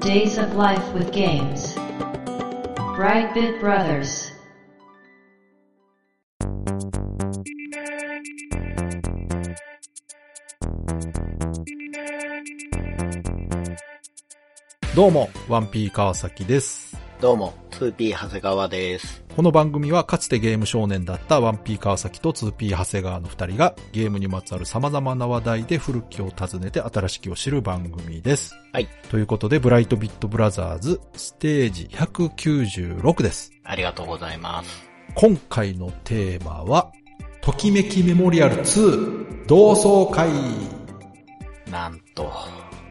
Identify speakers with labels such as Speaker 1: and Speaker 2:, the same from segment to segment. Speaker 1: Days of Life with Games. Brightbit Brothers.
Speaker 2: どうも、ワンピー川崎です。
Speaker 3: どうも、2P 長谷川です。
Speaker 2: この番組はかつてゲーム少年だったワンピー川崎と 2P 長谷川の二人がゲームにまつわる様々な話題で古きを訪ねて新しきを知る番組です。
Speaker 3: はい。
Speaker 2: ということで、ブライトビットブラザーズステージ196です。
Speaker 3: ありがとうございます。
Speaker 2: 今回のテーマは、ときめきメモリアル2同窓会
Speaker 3: なんと、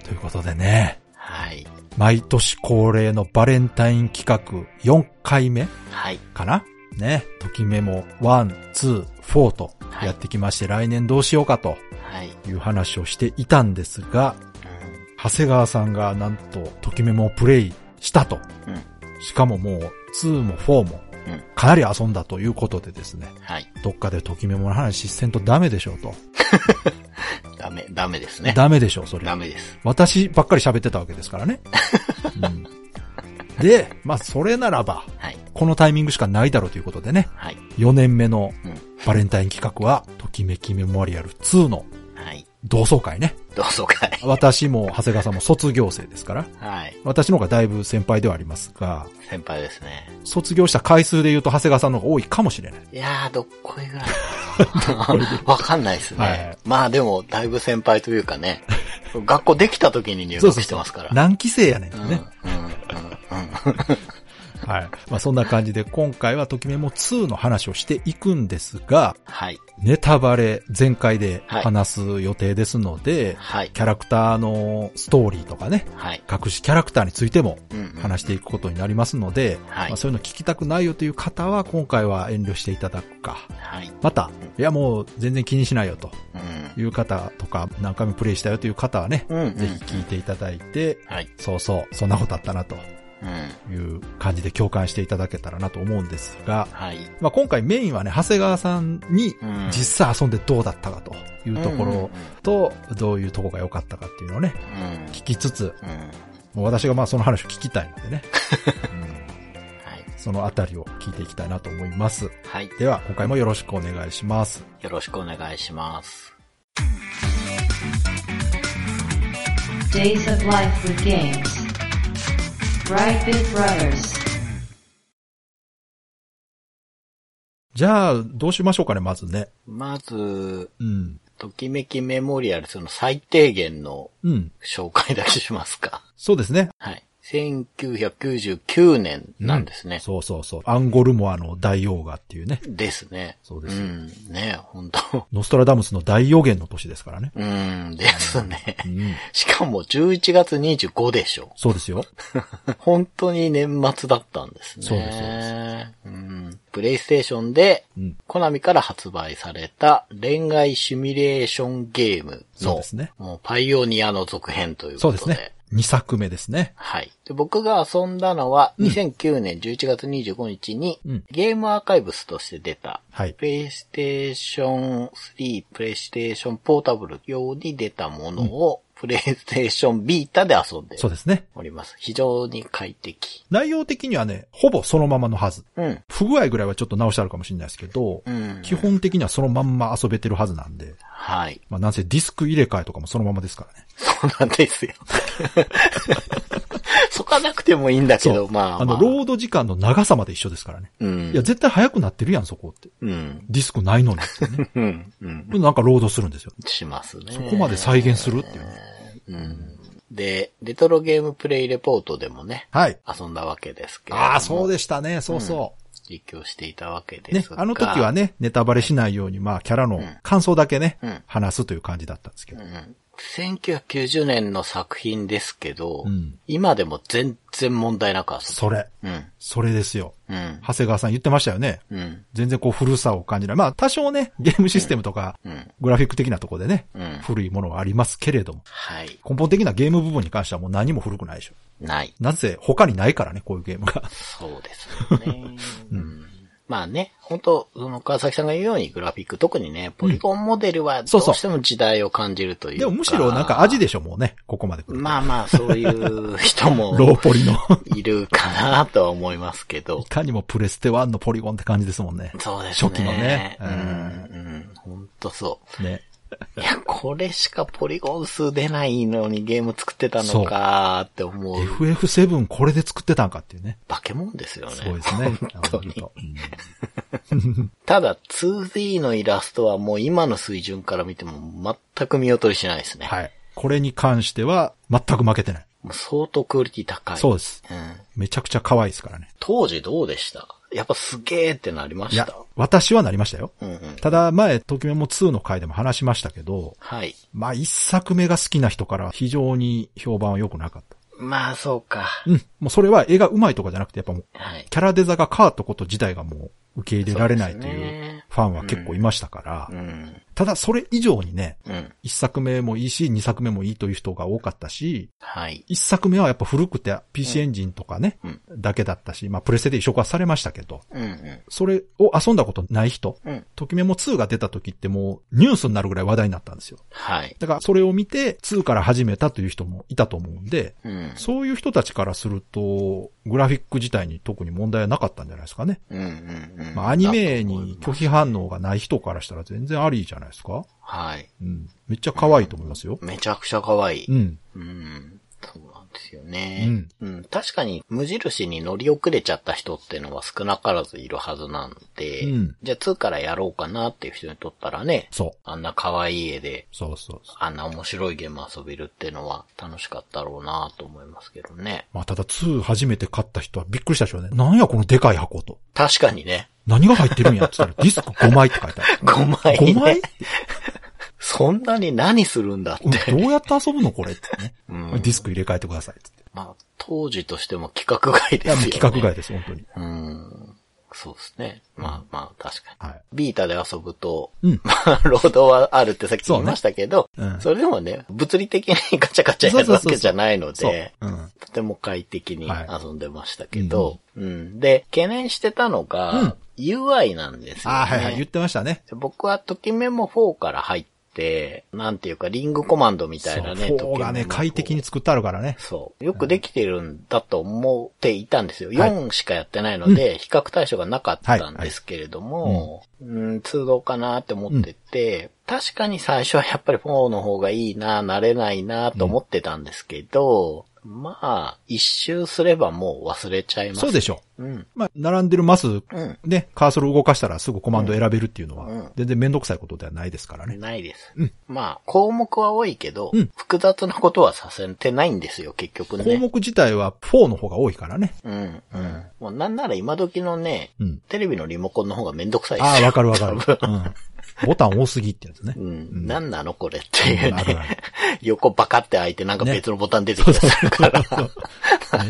Speaker 2: ということでね、
Speaker 3: はい。
Speaker 2: 毎年恒例のバレンタイン企画4回目
Speaker 3: はい。
Speaker 2: かなね、ときメモ1、2、4とやってきまして、来年どうしようかと
Speaker 3: はい。
Speaker 2: いう話をしていたんですが、長谷川さんがなんとときメモをプレイしたと。しかももう2も4も
Speaker 3: うん
Speaker 2: かなり遊んだということでですね
Speaker 3: う、ん。はい。
Speaker 2: どっかでときメモの話せんとダメでしょうと。
Speaker 3: ダメ、ダメですね。
Speaker 2: ダメでしょう、それ
Speaker 3: ダ。メです。
Speaker 2: 私ばっかり喋ってたわけですから ね。うんで、まあそれならば、
Speaker 3: はい。
Speaker 2: このタイミングしかないだろうということでね、
Speaker 3: はい。
Speaker 2: 4年目の
Speaker 3: うん
Speaker 2: バレンタイン企画は、ときめきメモリアル2の
Speaker 3: はい。
Speaker 2: 同窓会ね。
Speaker 3: 同窓会。
Speaker 2: 私も長谷川さんも卒業生ですから、
Speaker 3: はい。
Speaker 2: 私の方がだいぶ先輩ではありますが、
Speaker 3: 先輩ですね。
Speaker 2: 卒業した回数で言うと長谷川さんの方が多いかもしれない。
Speaker 3: いやー、どっこいぐらいかな。 わかんないですね。
Speaker 2: はい
Speaker 3: まあでも、だいぶ先輩というかね。学校できた時に入学してますから。
Speaker 2: 何期生やねんね。
Speaker 3: うんうんうんうん
Speaker 2: はい。まあそんな感じで今回はときメモ2の話をしていくんですが、
Speaker 3: はい。
Speaker 2: ネタバレ全開で話す予定ですので、
Speaker 3: はい。
Speaker 2: キャラクターのストーリーとかね、
Speaker 3: はい。
Speaker 2: 隠しキャラクターについても
Speaker 3: うんうん
Speaker 2: 話していくことになりますので、
Speaker 3: はい
Speaker 2: まあ、そういうの聞きたくないよという方は今回は遠慮していただくか。
Speaker 3: はい。
Speaker 2: また、いやもう全然気にしないよと
Speaker 3: うん。
Speaker 2: いう方とか、何回もプレイしたよという方はね、
Speaker 3: うんうん
Speaker 2: ぜひ聞いていただいて、
Speaker 3: はい。
Speaker 2: そうそう、そんなことあったなと
Speaker 3: うん。
Speaker 2: いう感じで共感していただけたらなと思うんですが、
Speaker 3: はい。
Speaker 2: まあ、今回メインはね、長谷川さんに
Speaker 3: うん
Speaker 2: 実際遊んでどうだったかというとこ
Speaker 3: うんうん
Speaker 2: ろと、どういうとこが良かったかっていうのをね、
Speaker 3: うん。
Speaker 2: 聞きつつ、
Speaker 3: うん。は
Speaker 2: もう私がまあその話を聞きたいの でね、うん
Speaker 3: い。
Speaker 2: そのあたりを聞いていきたいなと思います。
Speaker 3: はい。
Speaker 2: では、今回もよろしくお願いします。
Speaker 3: よろしくお願いします。
Speaker 1: Days of Life with Games. Brightbit Brothers.
Speaker 2: じゃあ、どうしましょうかね、まずね。
Speaker 3: まず、
Speaker 2: うん。
Speaker 3: ときめきメモリアルその最低限の
Speaker 2: うん。
Speaker 3: 紹介だけしますか。
Speaker 2: そうですね。
Speaker 3: はい。1999年なんですね。
Speaker 2: そうそうそう。アンゴルモアの大王がっていうね。
Speaker 3: ですね。
Speaker 2: そうです
Speaker 3: ん。ね本当
Speaker 2: ノストラダムスの大予言の年ですからね。
Speaker 3: うん、ですね。
Speaker 2: うん。
Speaker 3: しかも11月25でしょ。
Speaker 2: そうですよ。
Speaker 3: 本当に年末だったんですね。
Speaker 2: そうですそう
Speaker 3: うん。プレイステーションで
Speaker 2: うん。
Speaker 3: コナミから発売された恋愛シミュレーションゲーム
Speaker 2: そう
Speaker 3: の
Speaker 2: です、ね。
Speaker 3: もうパイオニアの続編という
Speaker 2: そう
Speaker 3: こと
Speaker 2: で
Speaker 3: で。
Speaker 2: すね。2作目ですね。
Speaker 3: はい。で僕が遊んだのは、2009年11月25日に、
Speaker 2: うん
Speaker 3: ゲームアーカイブスとして出た、
Speaker 2: はい。
Speaker 3: プレイステーション3、プレイステーションポータブル用に出たものを、プレイステーションビータで遊んで
Speaker 2: そうですね。
Speaker 3: おります。非常に快適。
Speaker 2: 内容的にはね、ほぼそのままのはず。
Speaker 3: うん。
Speaker 2: 不具合ぐらいはちょっと直してあるかもしれないですけど、
Speaker 3: うん。
Speaker 2: 基本的にはそのまんま遊べてるはずなんで。
Speaker 3: はい。
Speaker 2: まあなんせディスク入れ替えとかもそのままですからね。
Speaker 3: そうなんですよ。 そかなくてもいいんだけど、
Speaker 2: そう
Speaker 3: まあ、
Speaker 2: あの、
Speaker 3: ま
Speaker 2: ロード時間の長さまで一緒ですからね。
Speaker 3: うん。
Speaker 2: いや、絶対早くなってるやん、そこって。
Speaker 3: うん。
Speaker 2: ディスクないのにって ね。
Speaker 3: うん。うん。
Speaker 2: なんかロードするんですよ。
Speaker 3: しますね。
Speaker 2: そこまで再現するっていうね。
Speaker 3: うん。で、レトロゲームプレイレポートでもね、
Speaker 2: はい。
Speaker 3: 遊んだわけですけれども。
Speaker 2: ああ、そうでしたね。そうそ
Speaker 3: 実況していたわけ
Speaker 2: う。
Speaker 3: で
Speaker 2: ね
Speaker 3: す、が。
Speaker 2: あの時は
Speaker 3: ね。
Speaker 2: ね、ネタバレしないように、まあ、キャラの感想だけね
Speaker 3: うん、
Speaker 2: 話すという感じだったんですけど。
Speaker 3: うん。1990年の作品ですけど、
Speaker 2: うん
Speaker 3: 今でも全然問題なく遊
Speaker 2: それ、
Speaker 3: ぶ。うん。
Speaker 2: それですよ。
Speaker 3: うん。
Speaker 2: 長谷川さん言ってましたよね。
Speaker 3: うん。
Speaker 2: 全然こう古さを感じない。まあ、多少ね、ゲームシステムとか、
Speaker 3: うん。
Speaker 2: グラフィック的なところでね、
Speaker 3: うん。
Speaker 2: 古いものはありますけれども、
Speaker 3: はい。
Speaker 2: 根本的なゲーム部分に関してはもう何も古くないでしょ。
Speaker 3: ない。
Speaker 2: なぜ他にないからね、こういうゲームが。
Speaker 3: そうですよね。うん。まあね、本当その川崎さんが言うようにグラフィック、特にね、ポリゴンモデルはど
Speaker 2: そう
Speaker 3: う
Speaker 2: そう
Speaker 3: しても時代を感じるという
Speaker 2: で
Speaker 3: か。
Speaker 2: もむしろなんか味でしょ、もうね。ここまで来ると。
Speaker 3: まあまあ、そういう 人
Speaker 2: ロー
Speaker 3: も
Speaker 2: ポリの。
Speaker 3: いるかなとは思いますけど
Speaker 2: い。かにもプレステ1のポリゴンって感じですもんね。
Speaker 3: そうですね。
Speaker 2: 初期のね
Speaker 3: うん、うん、ほんとそ
Speaker 2: ね。
Speaker 3: う。いや、これしかポリゴン数出ないのにゲーム作ってたのかーって思う。
Speaker 2: FF7 これで作ってたんかっていうね。
Speaker 3: 化け物ですよね。
Speaker 2: すごいですね。
Speaker 3: 本当に。
Speaker 2: 本当うん
Speaker 3: ただ 2D のイラストはもう今の水準から見ても全く見劣りしないですね。
Speaker 2: はい。これに関しては全く負けてない。
Speaker 3: もう相当クオリティ高い。
Speaker 2: そう
Speaker 3: う。
Speaker 2: です。
Speaker 3: ん。
Speaker 2: めちゃくちゃ可愛いですからね。
Speaker 3: 当時どうでしたやっぱすげーってなりま
Speaker 2: い
Speaker 3: し
Speaker 2: や
Speaker 3: た。、
Speaker 2: 私はなりましたよ。
Speaker 3: うんうん。
Speaker 2: ただ前、ときメモ2の回でも話しましたけど、
Speaker 3: はい。
Speaker 2: まあ一作目が好きな人から非常に評判は良くなかった。
Speaker 3: まあそうか。
Speaker 2: うん。もうそれは絵が上手いとかじゃなくて、やっぱもう
Speaker 3: はい。
Speaker 2: キャラデザが変わったこと自体がもう受け入れられないと
Speaker 3: そうです
Speaker 2: いう
Speaker 3: ね
Speaker 2: ファンは結構いましたから、
Speaker 3: うん。
Speaker 2: ただそれ以上にね、
Speaker 3: うん。
Speaker 2: 一作目もいいし、二作目もいいという人が多かったし、
Speaker 3: はい。
Speaker 2: 一作目はやっぱ古くて PC エンジンとかね、
Speaker 3: うん
Speaker 2: だけだったし、まあプレステで移植はされましたけど、
Speaker 3: うんうん。
Speaker 2: それを遊んだことない人、
Speaker 3: うん。
Speaker 2: ときめも2が出た時ってもうニュースになるぐらい話題になったんですよ。
Speaker 3: はい。
Speaker 2: だからそれを見て2から始めたという人もいたと思うんで、
Speaker 3: うん。
Speaker 2: そういう人たちからすると、グラフィック自体に特に問題はなかったんじゃないですかね。
Speaker 3: うんうんうん。
Speaker 2: まあ、アニメに拒否反応がない人からしたら全然ありじゃないですか
Speaker 3: はい。
Speaker 2: うん。めっちゃ可愛いと思いますよ。
Speaker 3: めちゃくちゃ可愛い。
Speaker 2: うん。
Speaker 3: うん。そうなんですよね。
Speaker 2: う
Speaker 3: うん。確かに無印に乗り遅れちゃった人ってのは少なからずいるはずなんで、
Speaker 2: うん
Speaker 3: じゃあ2からやろうかなっていう人にとったらね、
Speaker 2: そう。
Speaker 3: あんな可愛い絵で、
Speaker 2: そうそうそう。
Speaker 3: あんな面白いゲーム遊べるってのは楽しかったろうなと思いますけどね。
Speaker 2: まあ、ただ2初めて買った人はびっくりしたでしょうね。なんやこのでかい箱と。
Speaker 3: 確かにね、。
Speaker 2: 何が入ってるんやって言ったらディ スク5枚って書いてある
Speaker 3: 5枚、 ね。
Speaker 2: 5枚
Speaker 3: そんなに何するんだって。
Speaker 2: うんどうやって遊ぶのこれってね。
Speaker 3: う
Speaker 2: デ
Speaker 3: ん
Speaker 2: ィスク入れ替えてくださいって言って。
Speaker 3: まあ、当時としても企画外
Speaker 2: い
Speaker 3: です
Speaker 2: や、
Speaker 3: よ
Speaker 2: もう
Speaker 3: ね。
Speaker 2: 規格外です、本当に。
Speaker 3: うん。そうですね。まあまあ、確かに。
Speaker 2: はい。
Speaker 3: ビータで遊ぶと、
Speaker 2: うん
Speaker 3: まあ、 ロードはあるってさっき言いましたけど、そ,、
Speaker 2: そうねうん
Speaker 3: れでもね、物理的にガチャガチャやるわけじゃないの
Speaker 2: そう
Speaker 3: で、。
Speaker 2: うん。
Speaker 3: とても快適に
Speaker 2: はい
Speaker 3: 遊んでましたけど、うん。で、懸念してたのが、
Speaker 2: うん
Speaker 3: UI なんですよ、ね。
Speaker 2: ああー、はいはい、言ってましたね。
Speaker 3: 僕はときメモ4から入って、なんていうか、リングコマンドみたいなね、
Speaker 2: そう
Speaker 3: と
Speaker 2: 4
Speaker 3: き
Speaker 2: が
Speaker 3: メ
Speaker 2: ね、
Speaker 3: モ
Speaker 2: 快適に作ってあるからね。
Speaker 3: そう。よくできてるんだと思っていたんですよ。
Speaker 2: はい
Speaker 3: 4しかやってないので、比較対象がなかったんですけれども、うん、通動かなって思ってて、確かに最初はやっぱり4の方がいいな、慣れないなと思ってたんですけど、まあ、一周すればもう忘れちゃいます。
Speaker 2: そうでしょう。
Speaker 3: うん。
Speaker 2: まあ、並んでるマス、
Speaker 3: うん。
Speaker 2: ね、カーソル動かしたらすぐコマンド選べるっていうの
Speaker 3: うん
Speaker 2: は、全然めんどくさいことではないですからね。
Speaker 3: ないです。
Speaker 2: うん
Speaker 3: まあ、項目は多いけど、
Speaker 2: うん
Speaker 3: 複雑なことはさせてないんですよ、結
Speaker 2: 項
Speaker 3: 局ね。
Speaker 2: 目自体は4の方が多いからね。
Speaker 3: うん。うん。もうなんなら今時のね、
Speaker 2: うん。
Speaker 3: テレビのリモコンの方がめんどくさいですよ
Speaker 2: ああ、わかるわかる。
Speaker 3: 多分
Speaker 2: うん。ボタン多すぎってやつね。
Speaker 3: う。
Speaker 2: うんん
Speaker 3: 何なのこれっていう
Speaker 2: あるあ
Speaker 3: ね
Speaker 2: る。
Speaker 3: 横バカって開いてなんか別のボタン出てきたりするから、
Speaker 2: そう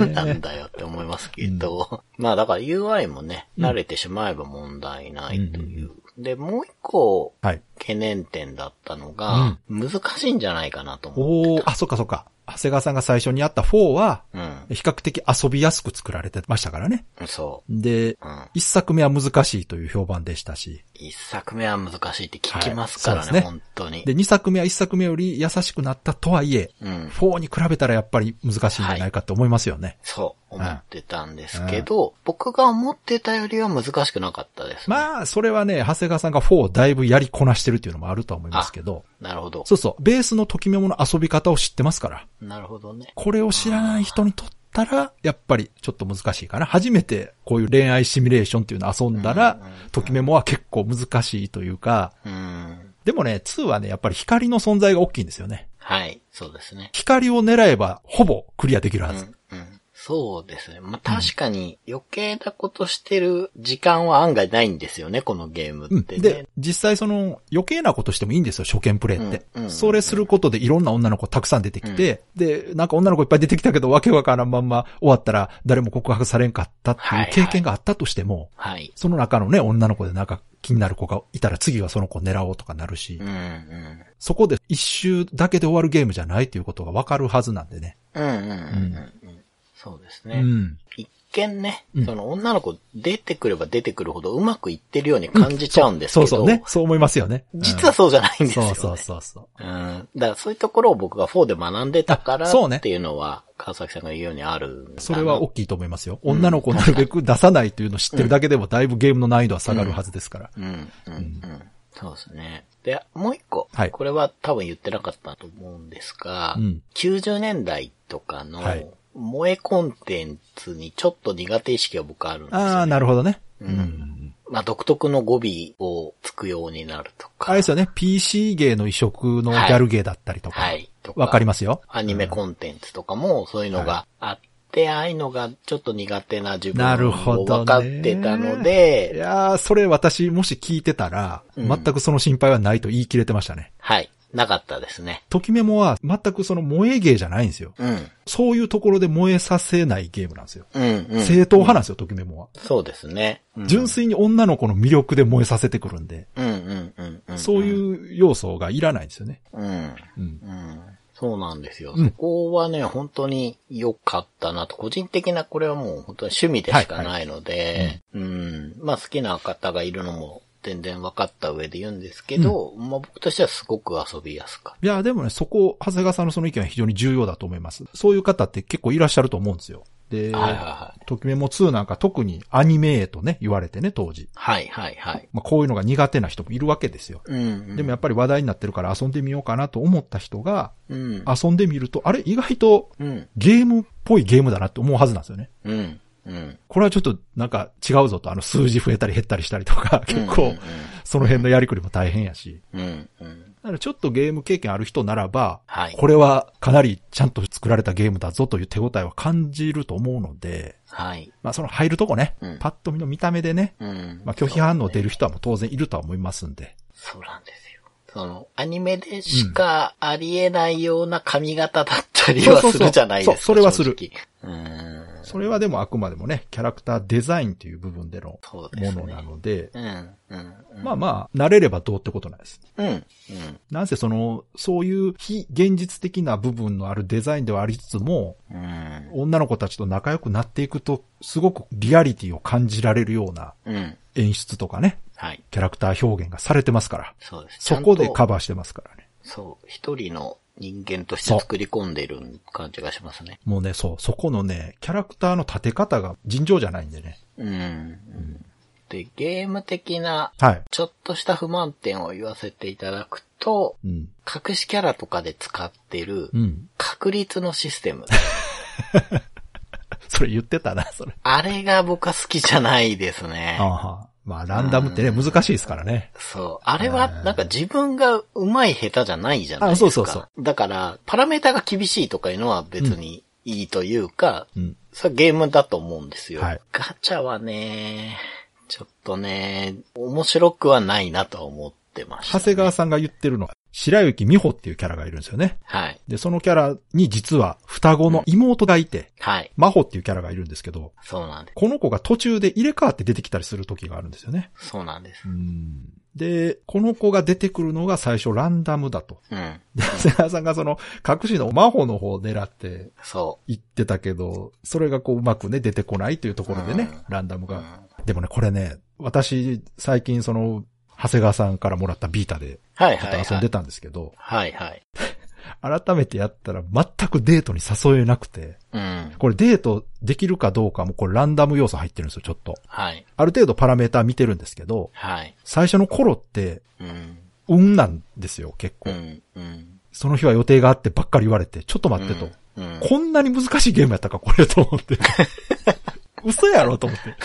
Speaker 3: 何 なんだよって思いますけど。まあだから UI もね、慣れてしまえば問題ないという。で、もう一個
Speaker 2: はい。
Speaker 3: 懸念点だったのが、難しいんじゃないかなと思う。
Speaker 2: おおあ、そっかそっか。長谷川さんが最初にあった4は、
Speaker 3: うん。
Speaker 2: 比較的遊びやすく作られてましたからね。
Speaker 3: そう。
Speaker 2: で
Speaker 3: う、ん。
Speaker 2: 一作目は難しいという評判でしたし、
Speaker 3: 一作目は難しいって聞きますから
Speaker 2: はいそうですね
Speaker 3: ね、本当に。
Speaker 2: で、二作目は一作目より優しくなったとはいえ、
Speaker 3: うん。
Speaker 2: 4に比べたらやっぱり難しいんじゃないかと思いますよね。
Speaker 3: そう、思ってたんですけど、僕が思ってたよりは難しくなかったです、ね。
Speaker 2: まあ、それはね、長谷川さんが4をだいぶやりこなしてるっていうのもあるとは思いますけど、
Speaker 3: なるほど。
Speaker 2: そうそう、ベースのときめもの遊び方を知ってますから、
Speaker 3: なるほどね。
Speaker 2: これを知らない人にとったら、やっぱりちょっと難しいかな。初めてこういう恋愛シミュレーションっていうのを遊んだら、ときめもは結構難しいというか、
Speaker 3: うん。
Speaker 2: でもね、2はね、やっぱり光の存在が大きいんですよね。
Speaker 3: はい、そうですね。
Speaker 2: 光を狙えば、ほぼクリアできるは
Speaker 3: うん
Speaker 2: ず。、
Speaker 3: うん。そうですね。まあ、確かに余計なことしてる時間は案外ないんですよね、このゲーム
Speaker 2: うん
Speaker 3: ってね
Speaker 2: で。、実際その余計なことしてもいいんですよ、初見プレイって。
Speaker 3: うんうん
Speaker 2: それすることでいろんな女の子たくさん出てきて、で、なんか女の子いっぱい出てきたけど、わけわからんまんま終わったら誰も告白されんかったっていう経験があったとしても、
Speaker 3: はい。
Speaker 2: その中のね、女の子でなんか気になる子がいたら次はその子狙おうとかなるし、
Speaker 3: うん、うん。
Speaker 2: そこで一周だけで終わるゲームじゃないということがわかるはずなんでね。
Speaker 3: うん、うん、うんうん。そうです
Speaker 2: う
Speaker 3: ね。
Speaker 2: ん。
Speaker 3: 一見ね、
Speaker 2: うん
Speaker 3: その女の子出てくれば出てくるほどうまくいってるように感じちゃうんですけ
Speaker 2: そう
Speaker 3: ど、
Speaker 2: そうね。そう思いますよね。うん
Speaker 3: 実はそうじゃないんですよ、ね
Speaker 2: そうそうそうそう。
Speaker 3: うん。だからそういうところを僕が4で学んでたから
Speaker 2: あそうね
Speaker 3: っていうのは、川崎さんが言うようにあるんだな
Speaker 2: それは大きいと思いますよ。女の子なるべく出さないというのを知ってるだけでもだいぶゲームの難易度は下がるはずですから。
Speaker 3: うん、うん、うん。そうですね。で、もう一個。
Speaker 2: はい
Speaker 3: これは多分言ってなかったと思うんですが、
Speaker 2: うん
Speaker 3: 90年代とかの
Speaker 2: はい、
Speaker 3: 萌えコンテンツにちょっと苦手意識が僕あるんです
Speaker 2: あ
Speaker 3: よ、
Speaker 2: あ、
Speaker 3: ね。
Speaker 2: なるほどね。
Speaker 3: まあ、独特の語尾をつくようになるとか。
Speaker 2: あれですよね。PC 芸の移植のギャル芸だったりとか。
Speaker 3: はい。と
Speaker 2: わかりますよ。
Speaker 3: アニメコンテンツとかもそういうのがあって、ああいうのがちょっと苦手な自
Speaker 2: なる
Speaker 3: 分
Speaker 2: ほどね
Speaker 3: を分かってたの
Speaker 2: い
Speaker 3: で、
Speaker 2: やー、それ私もし聞いてたら、
Speaker 3: うん
Speaker 2: 全くその心配はないと言い切れてましたね。
Speaker 3: はい。なかったですね。
Speaker 2: ときメモは全くその萌え芸じゃないんですよ。
Speaker 3: うん。
Speaker 2: そういうところで萌えさせないゲームなんですよ。
Speaker 3: うん、うん。
Speaker 2: 正当派なんですよ、ときメモは。
Speaker 3: そうですね。うん
Speaker 2: 純粋に女の子の魅力で燃えさせてくるんで、
Speaker 3: うんうんうんうん。
Speaker 2: そう
Speaker 3: う。
Speaker 2: いう要素がいらないんですよね。
Speaker 3: うん。
Speaker 2: うん。
Speaker 3: うん。そうなんですよ。
Speaker 2: うん
Speaker 3: そこはね、本当に良かったなと。個人的なこれはもう本当に趣味でしかないので、うん。まあ好きな方がいるのも全然分かった上で言うんですけど、まあ僕としてはすごく遊びやすかっ
Speaker 2: いや、でもね、そこ、長谷川さんのその意見は非常に重要だと思います。そういう方って結構いらっしゃると思うんですよ。で
Speaker 3: た。、はいはいはい。
Speaker 2: ときめも2なんか特にアニメへとね、言われてね、当時。
Speaker 3: はいはいはい。
Speaker 2: まあ、こういうのが苦手な人もいるわけですよ。
Speaker 3: うん、うん。
Speaker 2: でもやっぱり話題になってるから遊んでみようかなと思った人が、
Speaker 3: うん。
Speaker 2: 遊んでみると、あれ意外と
Speaker 3: うん。
Speaker 2: ゲームっぽいゲームだなって思うはずなんですよね。
Speaker 3: うん。うん。
Speaker 2: これはちょっとなんか違うぞと、あの数字増えたり減ったりしたりとか、 結
Speaker 3: う
Speaker 2: 構
Speaker 3: ん、
Speaker 2: その辺のやりくりも大変やし。
Speaker 3: うん。うん。
Speaker 2: だからちょっとゲーム経験ある人ならば、
Speaker 3: はい
Speaker 2: これはかなりちゃんと作られたゲームだぞという手応えは感じると思うので、
Speaker 3: はい。
Speaker 2: まあその入るとこね、
Speaker 3: うん
Speaker 2: パッと見の見た目でね、
Speaker 3: うん。
Speaker 2: まあ拒否反応出る人はもう当然いるとは思いますんで。
Speaker 3: そうなんですよ。その、アニメでしかありえないような髪型だったり
Speaker 2: そ
Speaker 3: は
Speaker 2: うそう
Speaker 3: す
Speaker 2: そう
Speaker 3: るじゃないですか。
Speaker 2: そうそれはする
Speaker 3: 正直。うーん。
Speaker 2: それはでもあくまでもね、キャラクターデザインという部分での
Speaker 3: そうで
Speaker 2: も
Speaker 3: すね
Speaker 2: のなので、
Speaker 3: うん。うん。うん
Speaker 2: まあまあ、慣れればどうってことないです。
Speaker 3: うん。うん。
Speaker 2: なんせその、そういう非現実的な部分のあるデザインではありつつも、
Speaker 3: うん。
Speaker 2: 女の子たちと仲良くなっていくと、すごくリアリティを感じられるような
Speaker 3: うん。
Speaker 2: 演出とかね、
Speaker 3: はい。
Speaker 2: キャラクター表現がされてますから。
Speaker 3: そうです。
Speaker 2: そこでカ
Speaker 3: か
Speaker 2: バーしてますからね。
Speaker 3: そう。一人の人間とし
Speaker 2: そ
Speaker 3: て
Speaker 2: う
Speaker 3: 作り込んでる感じがしますね。
Speaker 2: もうね、そう、そこのね、キャラクターの立て方が尋常じゃないんでね。
Speaker 3: うんうん。で、ゲーム的な、
Speaker 2: はい。
Speaker 3: ちょっとした不満点を言わせていただくと、
Speaker 2: うん。
Speaker 3: 隠しキャラとかで使ってる
Speaker 2: う、ん。
Speaker 3: 確率のシステム。
Speaker 2: それ言ってたな、それ。
Speaker 3: あれが僕は好きじゃないですね
Speaker 2: あ。はまあ、ランダムってね、難しいですからね。
Speaker 3: そう。あれは、なんか自分が上手い下手じゃないじゃないですか。
Speaker 2: あそうそうそう
Speaker 3: だから、パラメータが厳しいとかいうのは別にいいというか、
Speaker 2: うん。
Speaker 3: それはゲームだと思うんですよ。
Speaker 2: はい
Speaker 3: ガチャはね、ちょっとね、面白くはないなとは思ってました、
Speaker 2: 長谷川さんが言ってるのは、白雪美穂っていうキャラがいるんですよね。
Speaker 3: はい。
Speaker 2: で、そのキャラに実は双子の妹がいて、
Speaker 3: はい。
Speaker 2: 真帆っていうキャラがいるんですけど、
Speaker 3: そうなんで
Speaker 2: この子が途中で入れ替わって出てきたりする時があるんですよね。
Speaker 3: す。そうなんです。
Speaker 2: で、この子が出てくるのが最初ランダムだと。
Speaker 3: うん。
Speaker 2: で、長谷川さんがその、隠しの真帆の方を狙って
Speaker 3: そ
Speaker 2: 言ってたけど、それがこううまくね、出てこないというところでね、ランダム
Speaker 3: う。う
Speaker 2: が。
Speaker 3: ん
Speaker 2: でもね、これね、私、最近その、長谷川さんからもらったビータで、
Speaker 3: はい
Speaker 2: ちょ
Speaker 3: はい、
Speaker 2: っと
Speaker 3: は
Speaker 2: 遊んで
Speaker 3: い。
Speaker 2: たんですけど、
Speaker 3: はいはい。
Speaker 2: 改めてやったら全くデートに誘えなくて、
Speaker 3: うん。
Speaker 2: これデートできるかどうかもこれランダム要素入ってるんですよ、ちょっと。
Speaker 3: はい。
Speaker 2: ある程度パラメーター見てるんですけど、
Speaker 3: はい。
Speaker 2: 最初の頃って、
Speaker 3: うん。
Speaker 2: 運なんですよ、結構。
Speaker 3: うん。うん。
Speaker 2: その日は予定があってばっかり言われて、ちょっと待ってと。
Speaker 3: うん。
Speaker 2: こんなに難しいゲームやったか、これと思 って。嘘やろと思って。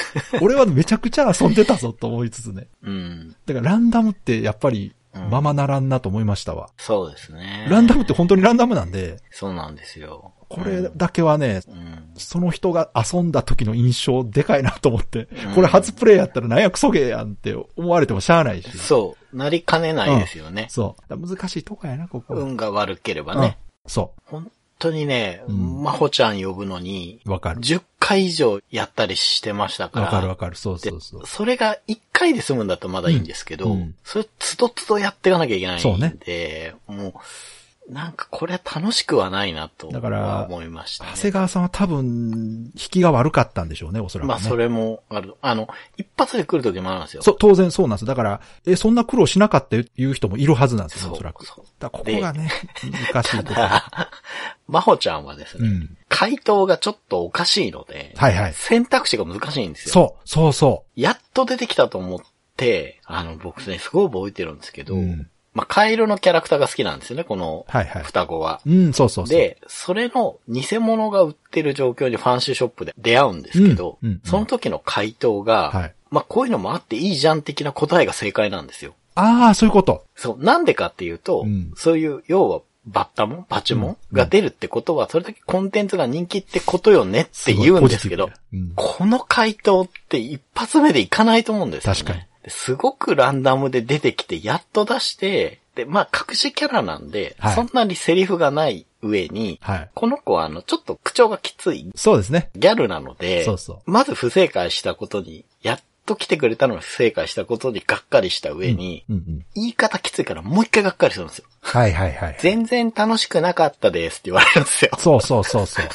Speaker 2: 俺はめちゃくちゃ遊んでたぞと思いつつね。
Speaker 3: うん。
Speaker 2: だからランダムってやっぱり、
Speaker 3: うん
Speaker 2: ままならんなと思いましたわ。
Speaker 3: そうですね。
Speaker 2: ランダムって本当にランダムなんで、
Speaker 3: そうなんですよ。
Speaker 2: これだけはね、
Speaker 3: うん。
Speaker 2: その人が遊んだ時の印象でかいなと思って、これ初プレイやったらなんやクソゲーやんって思われてもしゃあないし。
Speaker 3: そう。なりかねないですよね。
Speaker 2: そう。だから難しいとこやな、ここ。
Speaker 3: 運が悪ければね。
Speaker 2: うんそ
Speaker 3: 本当にね、
Speaker 2: うん
Speaker 3: まほちゃん呼ぶのに、
Speaker 2: う。わかる。
Speaker 3: 10回以上やったりしてましたから。
Speaker 2: わかるわかる。そうそうそう。
Speaker 3: それが1回で済むんだったらまだいいんですけど、
Speaker 2: うんうん
Speaker 3: それつどつどやっていかなきゃいけないんで、
Speaker 2: そうね
Speaker 3: もう、なんかこれは楽しくはないなと
Speaker 2: だから
Speaker 3: は思いました、ね。
Speaker 2: 長谷川さんは多分、引きが悪かったんでしょうね、おそらく、ね。
Speaker 3: まあそれもある。あの、一発で来るときもあるんですよ。
Speaker 2: そう、当然そうなんです。だから、え、そんな苦労しなかったよっていう人もいるはずなんですよ、
Speaker 3: そう
Speaker 2: おそらく。
Speaker 3: そう
Speaker 2: だからここが ね、難しいところ。
Speaker 3: あまほちゃんはです
Speaker 2: う
Speaker 3: ね、
Speaker 2: ん。
Speaker 3: 回答がちょっとおかしいので、
Speaker 2: はいはい。
Speaker 3: 選択肢が難しいんですよ。
Speaker 2: そう、そうそ
Speaker 3: やっと出てきたと思って、あの、僕ね、すごい覚えてるんですけ
Speaker 2: う。
Speaker 3: ど、
Speaker 2: うん。
Speaker 3: まあ、カエルのキャラクターが好きなんですよね、この
Speaker 2: はいはい。
Speaker 3: 双子は。
Speaker 2: うん、そうそうそう。
Speaker 3: で、それの偽物が売ってる状況にファンシーショップで出会うんですけど、
Speaker 2: うんうんうん
Speaker 3: その時の回答が、
Speaker 2: はい
Speaker 3: まあ、こういうのもあっていいじゃん的な答えが正解なんですよ。
Speaker 2: ああ、そういうこと。
Speaker 3: そう、なんでかっていうと、
Speaker 2: うん
Speaker 3: そういう、要は、バッタモンパチモン
Speaker 2: うん
Speaker 3: が出るってことは、それだけコンテンツが人気ってことよねって言うんですけど、
Speaker 2: ごいポジティブだ。
Speaker 3: この回答って一発目でいかないと思うんですよ、ね。
Speaker 2: 確かに
Speaker 3: ですごくランダムで出てきて、やっと出して、で、まあ、隠しキャラなんで、
Speaker 2: はい
Speaker 3: そんなにセリフがない上に、
Speaker 2: うん。はい。
Speaker 3: この子はあの、ちょっと口調がきつい
Speaker 2: そうですね。
Speaker 3: ギャルなので、
Speaker 2: そうそ
Speaker 3: まず不正解したことに、やっと来てくれたのに不正解したことにがっかりした上に、
Speaker 2: うんうん。
Speaker 3: 言い方きついからもう一回がっかりするんですよ。
Speaker 2: はいはいはい。
Speaker 3: 全然楽しくなかったですって言われる んですよ。
Speaker 2: そうそうそうそう。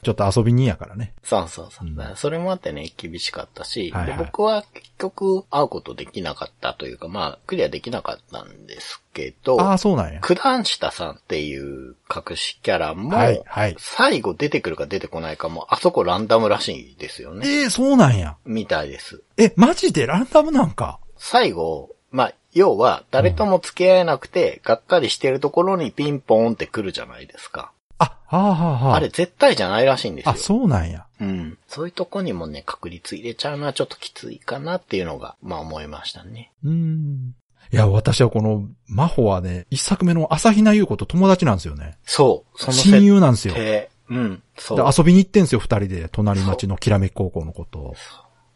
Speaker 2: ちょっと遊び人やからね。
Speaker 3: そうそうそう。
Speaker 2: うん
Speaker 3: だからそれもあってね、厳しかったし、
Speaker 2: はいはい
Speaker 3: で僕は結局会うことできなかったというか、まあ、クリアできなかったんですけ
Speaker 2: あ
Speaker 3: ど、
Speaker 2: あ、そうなんや。
Speaker 3: 九段下さんっていう隠しキャラも、
Speaker 2: はいはい
Speaker 3: 最後出てくるか出てこないかも、あそこランダムらしいですよね。
Speaker 2: ええそうなんや。
Speaker 3: みたいです。
Speaker 2: え、マジでランダムなんか。
Speaker 3: 最後、まあ、要は、誰とも付き合えなくて、がっかりしてるところにピンポーンって来るじゃないですか。
Speaker 2: あ、はあはあはあ。
Speaker 3: あれ絶対じゃないらしいんですよ。
Speaker 2: あ、そうなんや。
Speaker 3: うん。そういうとこにもね、確率入れちゃうのはちょっときついかなっていうのが、まあ思いましたね。
Speaker 2: うーん。いや、私はこの、マホはね、一作目の朝比奈優子と友達なんですよね。
Speaker 3: そう。その
Speaker 2: 親友なんですよ。
Speaker 3: 設
Speaker 2: で
Speaker 3: 定。うん。そう。
Speaker 2: 遊びに行ってんすよ、二人で。隣町のきらめき高校のことを。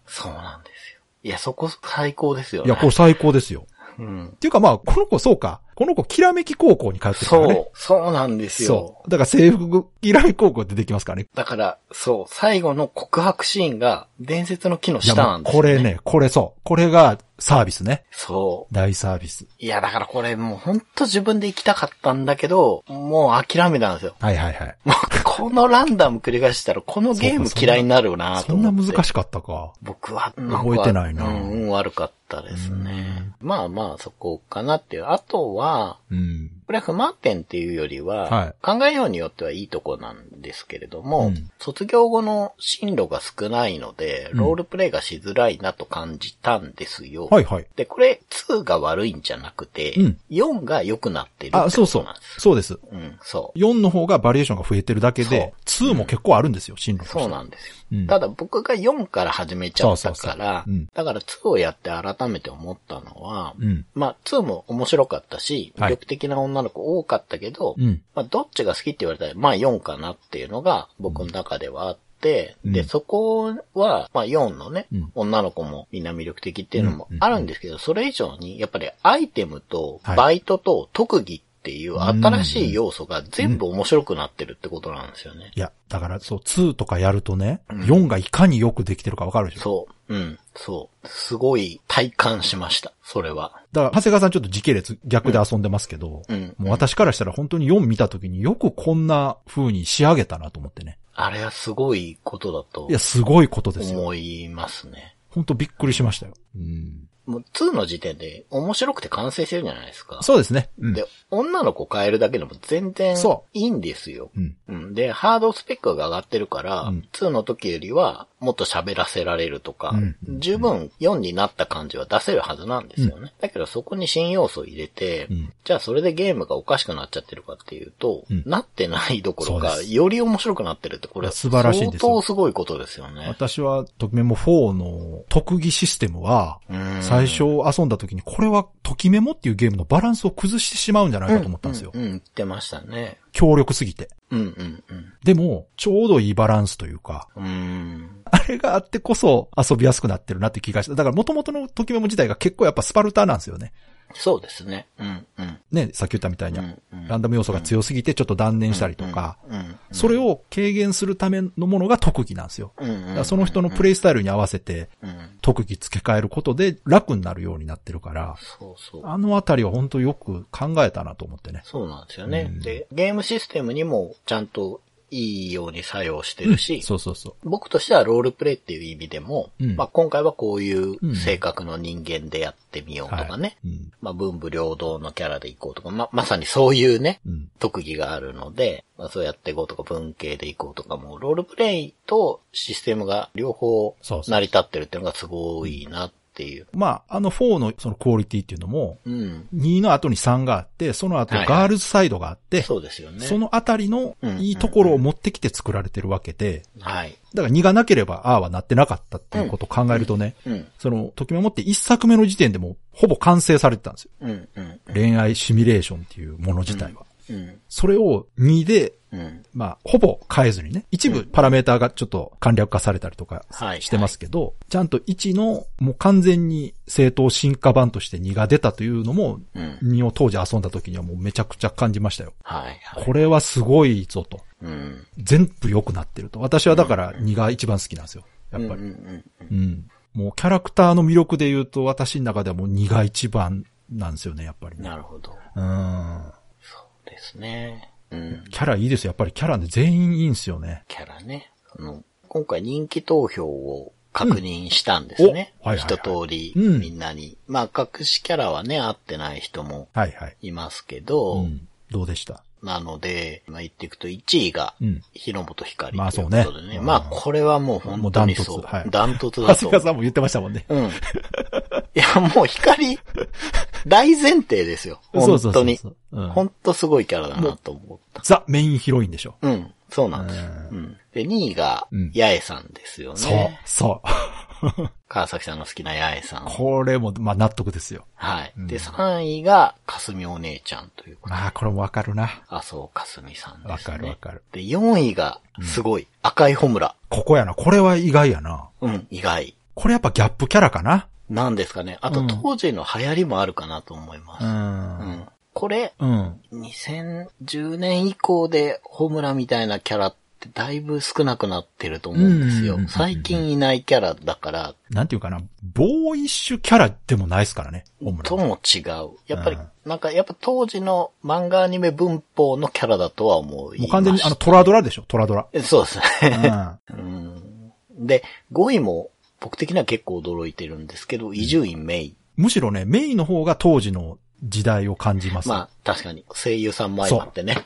Speaker 3: そうなんですよ。いや、そこ最高ですよ、
Speaker 2: い
Speaker 3: ね。
Speaker 2: や、これ最高ですよ。
Speaker 3: うん
Speaker 2: っ。ていうかまあ、この子そうか。この子、きらめき高校に通ってるからね。
Speaker 3: そう。そうなんですよ
Speaker 2: そ。う。だから制服、きらめき高校出てきますからね。
Speaker 3: だから、そう。最後の告白シーンが、伝説の木の
Speaker 2: いや、
Speaker 3: 下なん
Speaker 2: う
Speaker 3: ですよ、
Speaker 2: こ
Speaker 3: ね。
Speaker 2: れ。ね、これそう。これがサービスね。
Speaker 3: そう。
Speaker 2: 大サービス。
Speaker 3: いや、だからこれもうほんと自分で行きたかったんだけど、もう諦めたんですよ。
Speaker 2: はいはいはい。
Speaker 3: もうこのランダム繰り返したらこのゲーム嫌いになるなと
Speaker 2: そん
Speaker 3: 思
Speaker 2: な
Speaker 3: って。
Speaker 2: 難しかったか。
Speaker 3: 僕はんか
Speaker 2: 覚えてないな
Speaker 3: うん、うん悪かったですね。まあまあそこかなっていう。あとは、
Speaker 2: うん。
Speaker 3: これは不満点っていうよりは、
Speaker 2: はい
Speaker 3: 考えようによってはいいとこなんですけれども、
Speaker 2: うん
Speaker 3: 卒業後の進路が少ないので、
Speaker 2: うん
Speaker 3: ロールプレイがしづらいなと感じたんですよ。
Speaker 2: はいはい。
Speaker 3: で、これ、2が悪いんじゃなくて、
Speaker 2: うん
Speaker 3: 4が良くなってるってことな
Speaker 2: あ、
Speaker 3: んです。
Speaker 2: そうそう。そうです。
Speaker 3: うん、そう。
Speaker 2: 4の方がバリエーションが増えてるだけで、2も結構あるんですよ、進路として。
Speaker 3: そうなんですよ。
Speaker 2: うん
Speaker 3: ただ僕が4から始めちゃった
Speaker 2: そうそう
Speaker 3: か
Speaker 2: そう
Speaker 3: ら
Speaker 2: うん、
Speaker 3: だから2をやって改めて思ったのは、
Speaker 2: うん。
Speaker 3: まあ2も面白かったし、
Speaker 2: は
Speaker 3: 魅
Speaker 2: い
Speaker 3: 力的な女の子多かったけど、
Speaker 2: うん。
Speaker 3: まあどっちが好きって言われたら、まあ4かなっていうのが僕の中ではあって、
Speaker 2: うん
Speaker 3: で、そこは、まあ、4のね、
Speaker 2: うん
Speaker 3: 女の子もみんな魅力的っていうのも
Speaker 2: うん
Speaker 3: あるんですけど、それ以上に、やっぱりアイテムと
Speaker 2: はい
Speaker 3: バイトと特技っていう新しい要素が全部
Speaker 2: う
Speaker 3: 面白くなってるってことなんですよね。
Speaker 2: いや、だから、そう、2とかやるとね、
Speaker 3: うん
Speaker 2: 4がいかによくできてるかわかるでしょ。
Speaker 3: そう。うん。そう。すごい体感しました。それは。
Speaker 2: だから、長谷川さんちょっと時系列逆で遊んでますけど、
Speaker 3: うん。
Speaker 2: もう私からしたら本当に4見た時によくこんな風に仕上げたなと思ってね。
Speaker 3: あれはすごいことだと
Speaker 2: いや、すごいことですよ。
Speaker 3: 思いますね。
Speaker 2: 本当びっくりしましたよ。うん。
Speaker 3: もう2の時点で面白くて完成してるじゃないですか。
Speaker 2: そうですね。うん。
Speaker 3: で、女の子変えるだけでも全然
Speaker 2: そ
Speaker 3: いいんですよ。
Speaker 2: うん。
Speaker 3: うん、で、ハードスペックが上がってるから、
Speaker 2: うん
Speaker 3: 2の時よりはもっと喋らせられるとか、
Speaker 2: うん
Speaker 3: 十分4になった感じは出せるはずなんですよね。だけどそこに新要素を入れて、
Speaker 2: うん
Speaker 3: じゃあそれでゲームがおかしくなっちゃってるかっていうと、
Speaker 2: うん
Speaker 3: なってないどころ
Speaker 2: そう
Speaker 3: か、
Speaker 2: です
Speaker 3: より面白くなってるってこ
Speaker 2: い
Speaker 3: れ
Speaker 2: や素晴らしいんですよ
Speaker 3: 相当すごいことですよね。
Speaker 2: 私は、ときメモ4の特技システムは、
Speaker 3: うん
Speaker 2: 最初遊んだ時に、これはときメモっていうゲームのバランスを崩してしまうんじゃないかと思ったんですよ
Speaker 3: う。ん、うん言ってましたね。
Speaker 2: 強力すぎて。
Speaker 3: うんうんうん。
Speaker 2: でも、ちょうどいいバランスというか、
Speaker 3: うん。
Speaker 2: あれがあってこそ遊びやすくなってるなって気がした。だから元々のときメモ自体が結構やっぱスパルタなんですよね。
Speaker 3: そうですね。うんうん。
Speaker 2: ね、さっき言ったみたいに、
Speaker 3: うんうん
Speaker 2: ランダム要素が強すぎてちょっと断念したりとか、
Speaker 3: うん
Speaker 2: それを軽減するためのものが特技なんですよ。
Speaker 3: うんうん
Speaker 2: だ
Speaker 3: う
Speaker 2: か
Speaker 3: ん
Speaker 2: らその人のプレイスタイルに合わせて
Speaker 3: うん。
Speaker 2: 特技付け替えることで楽になるようになってるから、
Speaker 3: そうそう。
Speaker 2: あのあたりは本当よく考えたなと思ってね。
Speaker 3: そうなんですよね。
Speaker 2: うん
Speaker 3: で、ゲームシステムにもちゃんといいように作用してるし、
Speaker 2: そうそうそう。
Speaker 3: 僕としてはロールプレイっていう意味でも、
Speaker 2: うん
Speaker 3: まあ今回はこういう性格の人間でやってみようとかね。
Speaker 2: うん。
Speaker 3: まあ文武両道のキャラでいこうとか、まあまさにそういうね、
Speaker 2: うん。
Speaker 3: 特技があるので、まあそうやっていこうとか文系でいこうとかも、ロールプレイとシステムが両方
Speaker 2: そうそう
Speaker 3: 成り立ってるっていうのがすごいなっていう。
Speaker 2: まあ、あの4のそのクオリティっていうのも、
Speaker 3: うん。
Speaker 2: 2の後に3があって、その後
Speaker 3: はいはい
Speaker 2: ガールズサイドがあって、
Speaker 3: そうですよね。
Speaker 2: そのあたりのいいところを持ってきて作られてるわけで、
Speaker 3: はい。
Speaker 2: だから2がなければああはなってなかったっていうことを考えるとね、
Speaker 3: うん。
Speaker 2: その、ときめもって1作目の時点でもうほぼ完成されてたんですよ。
Speaker 3: うん。うん。
Speaker 2: 恋愛シミュレーションっていうもの自体は。
Speaker 3: うん。
Speaker 2: それを2で、
Speaker 3: うん。
Speaker 2: まあ、ほぼ変えずにね、一部パラメーターがちょっと簡略化されたりとか
Speaker 3: はい
Speaker 2: してますけど、ちゃんと1のもう完全に正当進化版として2が出たというのも、
Speaker 3: うん。
Speaker 2: 2を当時遊んだ時にはもうめちゃくちゃ感じましたよ。
Speaker 3: はい。はい。
Speaker 2: これはすごいぞと。
Speaker 3: うん。
Speaker 2: 全部良くなってると。私はだから2が一番好きなんですよ。やっぱ
Speaker 3: う
Speaker 2: り。
Speaker 3: んうんうん。
Speaker 2: うん。もうキャラクターの魅力で言うと私の中ではもう2が一番なんですよね、やっぱりね。
Speaker 3: なるほど。
Speaker 2: うん。
Speaker 3: そうですね。うん。
Speaker 2: キャラいいですよ。やっぱりキャラね、全員いいんですよね。
Speaker 3: キャラね。その、今回人気投票を確認したんですね。
Speaker 2: うんおはいはいはい
Speaker 3: 一通り、
Speaker 2: うん
Speaker 3: みんなに。まあ、隠しキャラはね、合ってない人も
Speaker 2: はいはい。
Speaker 3: いますけど、
Speaker 2: うん。どうでした
Speaker 3: なので、まあ、言っていくと1位が、
Speaker 2: うん。
Speaker 3: 広本光
Speaker 2: まあ
Speaker 3: という
Speaker 2: そう
Speaker 3: こ
Speaker 2: ね
Speaker 3: とでね。
Speaker 2: うん
Speaker 3: まあ、これはもう本当にそう。
Speaker 2: もうダントツはい
Speaker 3: ダントツ
Speaker 2: 長
Speaker 3: だ
Speaker 2: 谷
Speaker 3: と
Speaker 2: 川さんも言ってましたもんね。
Speaker 3: うん。いや、もう光、大前提ですよ。
Speaker 2: そう
Speaker 3: 本
Speaker 2: そう
Speaker 3: 当
Speaker 2: そう
Speaker 3: に
Speaker 2: そう。うん
Speaker 3: 本当すごいキャラだなと思った。
Speaker 2: ザ・メインヒロインでしょ。
Speaker 3: うん、そうなんですよ。うん。で、2位が
Speaker 2: うん、
Speaker 3: 八重さんですよね。
Speaker 2: そう、そう。
Speaker 3: 川崎さんの好きな八重さん。
Speaker 2: これも、まあ納得ですよ。
Speaker 3: はい。
Speaker 2: うん
Speaker 3: で、3位が、かすみお姉ちゃんということで。
Speaker 2: まあこれもわかるな。
Speaker 3: 麻生かすみさんですね。
Speaker 2: わかるわかる。
Speaker 3: で、4位が、すごい、赤いホムラ。
Speaker 2: ここやな。これは意外やな。
Speaker 3: うん、意外。
Speaker 2: これやっぱギャップキャラかな。
Speaker 3: なんですかね。あ
Speaker 2: う
Speaker 3: と、
Speaker 2: ん。
Speaker 3: 当時の流行りもあるかなと思います。うんん。これ、
Speaker 2: うん。
Speaker 3: 2010年以降でホムラみたいなキャラってだいぶ少なくなってると思うんです
Speaker 2: うんうん
Speaker 3: よ
Speaker 2: うんうん。
Speaker 3: 最近いないキャラだから、
Speaker 2: なんていうかな、ボーイッシュキャラでもないですからね、オムラ
Speaker 3: とも違う。やっぱり
Speaker 2: うん、
Speaker 3: なんか、やっぱ当時の漫画アニメ文法のキャラだとは思いま
Speaker 2: もう
Speaker 3: す。
Speaker 2: 完全にあのトラドラでしょ、トラドラ。
Speaker 3: そうです
Speaker 2: う
Speaker 3: ね。
Speaker 2: ん。
Speaker 3: うんで、5位も僕的には結構驚いてるんですけど、伊集院メイ。
Speaker 2: むしろね、メインの方が当時の時代を感じます。
Speaker 3: まあ、確かに声優さんも相まってね。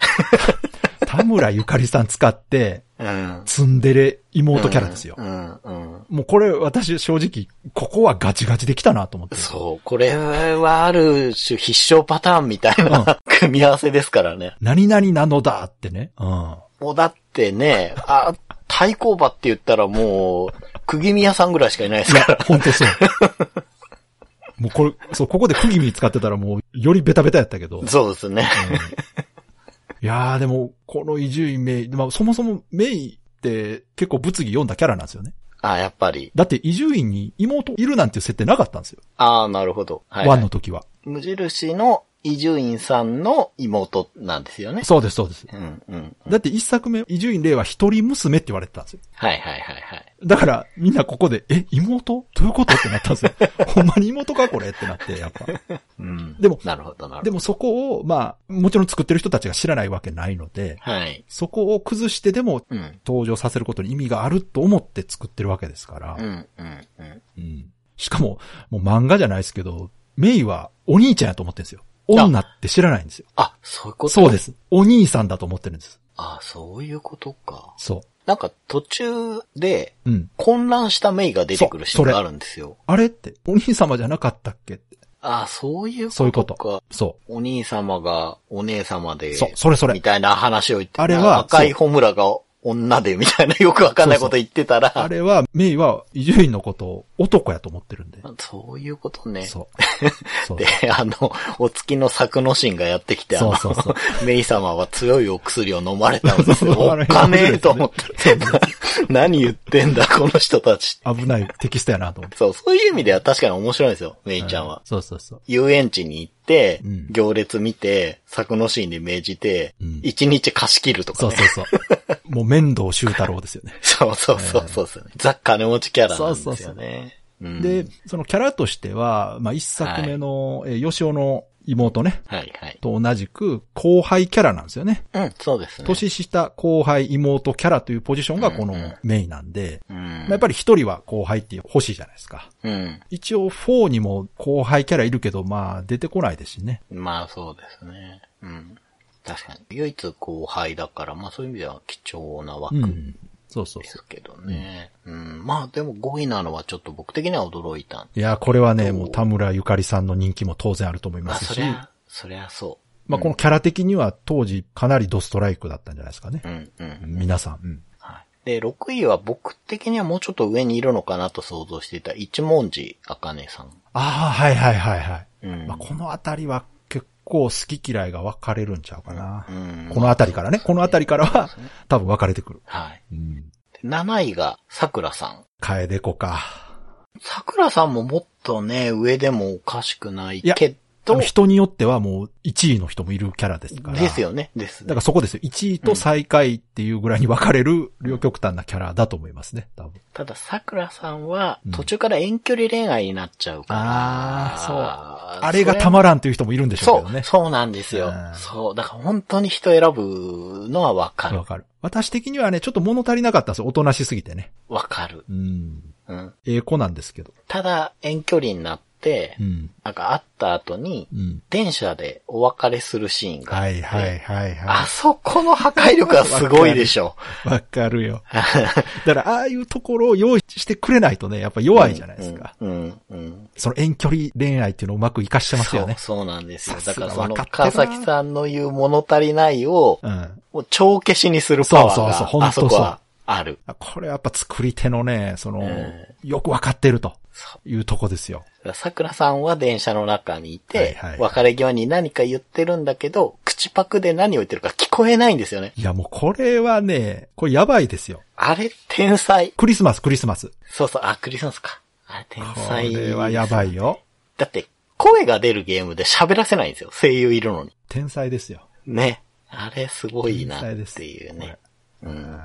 Speaker 2: 田村ゆかりさん使って、
Speaker 3: うん。
Speaker 2: ツンデレ妹キャラですよ
Speaker 3: う。ん、うん。
Speaker 2: もうこれ私正直、ここはガチガチできたなと思って。
Speaker 3: そう、これはある種必勝パターンみたいな 組み合わせですからね。
Speaker 2: 何々なのだってね。うん。
Speaker 3: もうだってね、あ、対抗馬って言ったらもう、釘宮さんぐらいしかいないですから。
Speaker 2: 本当そう。もう これ、そう、ここで釘に使ってたらもう、よりベタベタやったけど。
Speaker 3: そうですね。
Speaker 2: いやーでも、この伊集院メイ、まあそもそもメイって結構物議読んだキャラなんですよね。
Speaker 3: あ、やっぱり。
Speaker 2: だって伊集院に妹いるなんていう設定なかったんですよ。
Speaker 3: ああ、なるほど。
Speaker 2: ワ
Speaker 3: は
Speaker 2: ン
Speaker 3: い、はい。
Speaker 2: の時は。
Speaker 3: 無印の伊集院さんの妹なんですよね。
Speaker 2: そうです、そうです。
Speaker 3: うん、うん。
Speaker 2: だって一作目、伊集院玲は一人娘って言われてたんですよ。
Speaker 3: はいはいはいはい。
Speaker 2: だから、みんなここで、え、妹どういうことってなったん ですよ。ほんまに妹かこれってなって、やっぱ。
Speaker 3: うん。
Speaker 2: でも
Speaker 3: なるほどなるほど。
Speaker 2: でもそこを、まあ、もちろん作ってる人たちが知らないわけないので、
Speaker 3: はい。
Speaker 2: そこを崩してでも
Speaker 3: うん。
Speaker 2: 登場させることに意味があると思って作ってるわけですから
Speaker 3: う。ん、うん、うん。
Speaker 2: うんしかも、もう漫画じゃないですけど、メイはお兄ちゃんやと思ってるんですよ。女って知らないんですよ。
Speaker 3: あ、そういうこと
Speaker 2: そうです。お兄さんだと思ってるんです。
Speaker 3: あ、そういうことか。
Speaker 2: そ
Speaker 3: なんか途中で
Speaker 2: う。うん。
Speaker 3: 混乱したメイが出てくるシーンがあるんですよ。
Speaker 2: あれって、お兄様じゃなかったっけって。
Speaker 3: ああ、そういうことか。
Speaker 2: そういうことそ
Speaker 3: お兄様がお姉様で、
Speaker 2: う。そう、それそれ
Speaker 3: み。たいな話を言って、
Speaker 2: あれは
Speaker 3: 赤い
Speaker 2: そ
Speaker 3: ホムラが女で、みたいなよくわかんないこと言ってたら、
Speaker 2: あれは、メイは伊集院のことを男やと思ってるんで。
Speaker 3: そういうことね。
Speaker 2: そう。 そう。
Speaker 3: で、あの、お月の作之進がやってきて、あの、
Speaker 2: そうそうそ
Speaker 3: メイ様は強いお薬を飲まれたんですよ。
Speaker 2: そうあれ
Speaker 3: おっかねえと思っ
Speaker 2: そ
Speaker 3: て
Speaker 2: う。
Speaker 3: 何言ってんだ、この人たち。
Speaker 2: 危ないテキストやなと思って。
Speaker 3: そう、そういう意味では確かに面白いんですよ、メイちゃんは
Speaker 2: う。そうそうそう。
Speaker 3: 遊園地に行って
Speaker 2: うん、
Speaker 3: 行列見て、作のシーンで命じて
Speaker 2: うん、
Speaker 3: 一日貸し切るとか
Speaker 2: そう
Speaker 3: ね
Speaker 2: そ。うそう。もう面倒修太郎ですよね。
Speaker 3: そうそうそうそうそう、ザ・金持ちキャラなんですよね。
Speaker 2: そうそう
Speaker 3: うん
Speaker 2: で、そのキャラとしては、まあ、一作目の、えー、吉尾の妹ね、
Speaker 3: はいはい。
Speaker 2: と同じく後輩キャラなんですよね。
Speaker 3: うん、そうですね。
Speaker 2: 年下後輩妹キャラというポジションがこの
Speaker 3: うんうん
Speaker 2: メインなんで、
Speaker 3: う
Speaker 2: ま
Speaker 3: ん
Speaker 2: あ、やっぱり一人は後輩っていう欲しいじゃないですか。
Speaker 3: うん。
Speaker 2: 一応4にも後輩キャラいるけど、まあ出てこないですしね。
Speaker 3: まあそうですね。うん。確かに。唯一後輩だから、まあそういう意味では貴重な枠
Speaker 2: う
Speaker 3: で
Speaker 2: ん。そうそうそ
Speaker 3: すけどね。うん。まあでも5位なのはちょっと僕的には驚いたんで。
Speaker 2: う。いや、これはね、もう田村ゆかりさんの人気も当然あると思い
Speaker 3: ま
Speaker 2: ま
Speaker 3: あ
Speaker 2: す
Speaker 3: そ
Speaker 2: し
Speaker 3: り、ゃ、そりゃそ
Speaker 2: まあこのキャラ的には当時かなりドストライクだったんじゃないですかね
Speaker 3: う。う。んうん。
Speaker 2: 皆さん。うん
Speaker 3: はい。で、6位は僕的にはもうちょっと上にいるのかなと想像していた一文字あかねさん。
Speaker 2: ああ、はいはいはいはい。
Speaker 3: うん
Speaker 2: まあ、このあたりは結構好き嫌いが分かれるんちゃうかな。
Speaker 3: うん
Speaker 2: このあたりからね、このあたりからは多分分かれてくる。
Speaker 3: はい。
Speaker 2: うん。
Speaker 3: で7位が桜さん。
Speaker 2: カエデコか。
Speaker 3: 桜さんももっとね、上でもおかしくない
Speaker 2: いや
Speaker 3: け
Speaker 2: 多
Speaker 3: ど
Speaker 2: 分、人によってはもう1位の人もいるキャラですから。
Speaker 3: です。よね。ですね
Speaker 2: だからそこですよ。1位と最下位っていうぐらいに分かれる両極端なキャラだと思いますね、多分。
Speaker 3: ただ、桜さんは
Speaker 2: うん
Speaker 3: 途中から遠距離恋愛になっちゃうから。
Speaker 2: あーそうあれがたまらんという人もいるんでしょう
Speaker 3: そ
Speaker 2: け
Speaker 3: う
Speaker 2: どね。
Speaker 3: そうなんですよ
Speaker 2: うん。
Speaker 3: そう。だから本当に人選ぶのはわかる
Speaker 2: わ。かる。私的にはね、ちょっと物足りなかったんですよ。おとなしすぎてね。
Speaker 3: わかる。
Speaker 2: うん。
Speaker 3: うん。
Speaker 2: ええ子なんですけど。
Speaker 3: ただ、遠距離になって
Speaker 2: う、ん。
Speaker 3: なんか会った後に、
Speaker 2: うん。
Speaker 3: 電車でお別れするシーンがあっ
Speaker 2: は
Speaker 3: て。
Speaker 2: いはいはいはい
Speaker 3: あ。そこの破壊力はすごい でしょ。
Speaker 2: わかるよ。だから、ああいうところを用意してくれないとね、やっぱ弱いじゃないですか。
Speaker 3: うん。うん。うん。
Speaker 2: その遠距離恋愛っていうのをうまく活かしてますよね。
Speaker 3: そう、そうなんですよ。
Speaker 2: さ
Speaker 3: だ
Speaker 2: すが
Speaker 3: からその
Speaker 2: わかってるな
Speaker 3: 川崎さんの言う物足りないを、
Speaker 2: うん。
Speaker 3: もう帳消しにするパワー
Speaker 2: そう
Speaker 3: が、
Speaker 2: そうそう本当
Speaker 3: あそこはある。
Speaker 2: これはやっぱ作り手のね、その、
Speaker 3: え
Speaker 2: よくわかってると
Speaker 3: そ
Speaker 2: いうとこですよ。
Speaker 3: 桜さんは電車の中にい
Speaker 2: はい
Speaker 3: て、
Speaker 2: はいはい
Speaker 3: 別れ際に何か言ってるんだけど、口パクで何を言ってるか聞こえないんですよね。
Speaker 2: いやもうこれはね、これやばいですよ。
Speaker 3: あれ、天才。
Speaker 2: クリスマス、クリスマス。
Speaker 3: そうそう、あ、クリスマスか。あれ、天
Speaker 2: こ
Speaker 3: 才。
Speaker 2: れはやばいよ。
Speaker 3: だって、声が出るゲームで喋らせないんですよ。声優いるのに。
Speaker 2: 天才ですよ。
Speaker 3: ね。あれ、すごい
Speaker 2: 天
Speaker 3: なっ
Speaker 2: 才です
Speaker 3: ていうね。うん。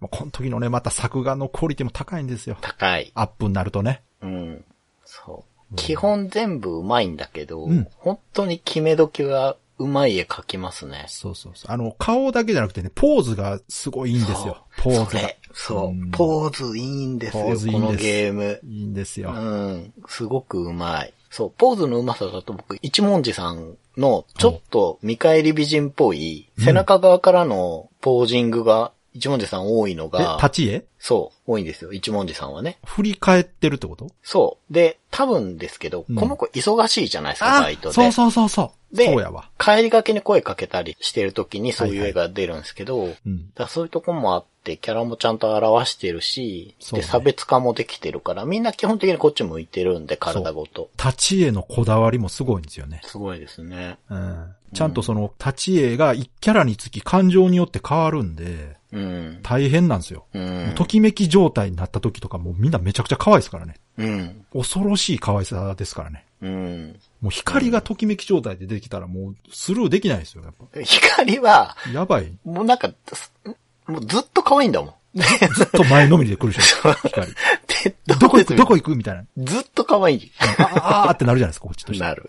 Speaker 2: もうこの時のね、また作画のクオリティも高いんですよ。
Speaker 3: 高い。
Speaker 2: アップになるとね。
Speaker 3: うん。そう。基本全部うまいんだけど、
Speaker 2: うん
Speaker 3: 本当に決め時がうまい絵描きますね。
Speaker 2: そうそうそう。あの、顔だけじゃなくてね、ポーズがすごいいいんですよ。ポーズ
Speaker 3: そ
Speaker 2: が。
Speaker 3: れそう、
Speaker 2: うん
Speaker 3: ポーズいいんですよ、
Speaker 2: ポーズいいん
Speaker 3: こ
Speaker 2: です
Speaker 3: のゲーム。
Speaker 2: いいんですよ。
Speaker 3: うん、すごくうまい。そう、ポーズのうまさだと僕、一文字さんのちょっと見返り美人っぽい、
Speaker 2: うん
Speaker 3: 背中側からのポージングが一文字さん多いの
Speaker 2: え、
Speaker 3: が、
Speaker 2: 立ち絵
Speaker 3: そう、多いんですよ、一文字さんはね。
Speaker 2: 振り返ってるってこと
Speaker 3: そう。で、多分ですけど、
Speaker 2: うん
Speaker 3: この子忙しいじゃないですか、バイトで。
Speaker 2: そうそうそうそう。
Speaker 3: で
Speaker 2: そうやわ。
Speaker 3: 帰りがけに声かけたりしてる時にそういう絵が出るんですけど、
Speaker 2: うん。
Speaker 3: だからそういうとこもあって、キャラもちゃんと表してるし、
Speaker 2: そうね
Speaker 3: で、差別化もできてるから、みんな基本的にこっち向いてるんで、体ごと。
Speaker 2: 立ち絵のこだわりもすごいんですよね。
Speaker 3: すごいですね。
Speaker 2: うん。ちゃんとその立ち絵が一キャラにつき感情によって変わるんで、
Speaker 3: うん。
Speaker 2: 大変なんですよ。
Speaker 3: う。
Speaker 2: もうんときめき状態になった時とかもうみんなめちゃくちゃ可愛いですからね。
Speaker 3: うん。
Speaker 2: 恐ろしい可愛さですからね。
Speaker 3: うん。
Speaker 2: もう光がときめき状態で出てきたらもうスルーできないですよ、やっぱ。
Speaker 3: 光は、
Speaker 2: やばい。
Speaker 3: もうなんか、すもうずっと可愛いんだ もん。
Speaker 2: ずっと前のめりで来るでしょ、光。
Speaker 3: で
Speaker 2: どこ行くどこ
Speaker 3: 行
Speaker 2: 行くみたいな。
Speaker 3: くずっと可愛い。
Speaker 2: あああーってなるじゃないですか、こっちとして。
Speaker 3: なる。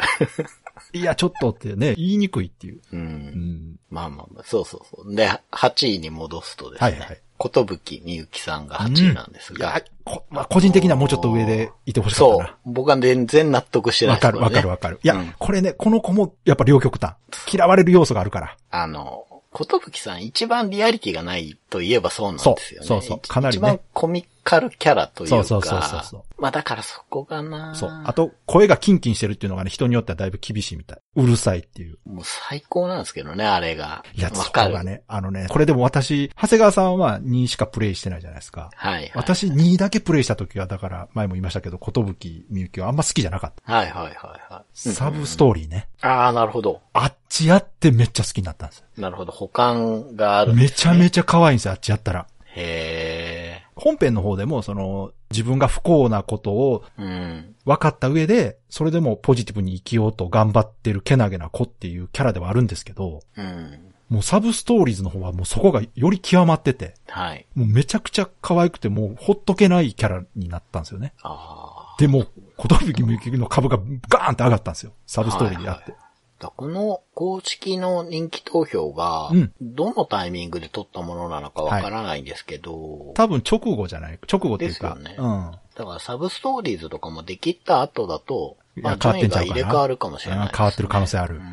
Speaker 2: いや、ちょっとってね、言いにくいっていう。
Speaker 3: う。
Speaker 2: うんん。
Speaker 3: まあまあまあ、そうそうそう。で、8位に戻すとですね。
Speaker 2: はいはい
Speaker 3: ことぶきみゆきさんが8位なんです
Speaker 2: いや
Speaker 3: が。、
Speaker 2: こまあ、個人的にはもうちょっと上でいてほしかっ
Speaker 3: そ
Speaker 2: た
Speaker 3: う。僕は全然納得して
Speaker 2: な。
Speaker 3: ない
Speaker 2: わ
Speaker 3: で
Speaker 2: か
Speaker 3: す
Speaker 2: るわかるわかる。いや、
Speaker 3: うん
Speaker 2: これね、この子もやっぱ両極端。嫌われる要素があるから。
Speaker 3: あの、ことぶきさん一番リアリティがないといえばそうなんですよね。
Speaker 2: そうそうそうかなりね
Speaker 3: 一番コミカルキャラというか。
Speaker 2: そうそうそうそうそ
Speaker 3: まあだからそこがな
Speaker 2: そう。あと、声がキンキンしてるっていうのがね、人によってはだいぶ厳しいみたい。うるさいっていう。
Speaker 3: もう最高なんですけどね、あれが。
Speaker 2: いや、
Speaker 3: わ
Speaker 2: そ
Speaker 3: か
Speaker 2: こ
Speaker 3: る。
Speaker 2: がね、あのね、これでも私、長谷川さんは2しかプレイしてないじゃないですか。
Speaker 3: はい、はい。
Speaker 2: 私2だけプレイした時は、だから、前も言いましたけど、ことぶきみゆきはあんま好きじゃなかった。
Speaker 3: はいはいはいはい。
Speaker 2: サブストーリーね。
Speaker 3: ああ、なるほど。
Speaker 2: あっちやってめっちゃ好きになったんですよ。
Speaker 3: なるほど。保管があるんで
Speaker 2: め
Speaker 3: す
Speaker 2: ちゃめちゃ可愛いんですよ、あっちやったら。
Speaker 3: へ
Speaker 2: 本編の方でも、その、自分が不幸なことを
Speaker 3: え。うん。
Speaker 2: 分かった上で、それでもポジティブに生きようと頑張ってるけなげな子っていうキャラではあるんですけど、
Speaker 3: うん。
Speaker 2: もうサブストーリーズの方はもうそこがより極まってて、
Speaker 3: はい。
Speaker 2: もうめちゃくちゃ可愛くて、もうほっとけないキャラになったんですよね。
Speaker 3: ああ。
Speaker 2: でも、小峠みゆきの株がガーンって上がったんですよ。サブストーリーであって。
Speaker 3: だこの公式の人気投票が
Speaker 2: うん、
Speaker 3: どのタイミングで取ったものなのかわからないんですけど、
Speaker 2: 多分直後じゃない直後っていうか。
Speaker 3: ですよね
Speaker 2: うん。
Speaker 3: だからサブストーリーズとかもできった後だと、
Speaker 2: い
Speaker 3: まあ、
Speaker 2: や
Speaker 3: 順
Speaker 2: 変わっ
Speaker 3: 位
Speaker 2: てんち
Speaker 3: が
Speaker 2: ゃう
Speaker 3: 入
Speaker 2: かな。
Speaker 3: れ替わるかもしれない
Speaker 2: う
Speaker 3: です、
Speaker 2: ん変わってる可能性ある。
Speaker 3: う
Speaker 2: うん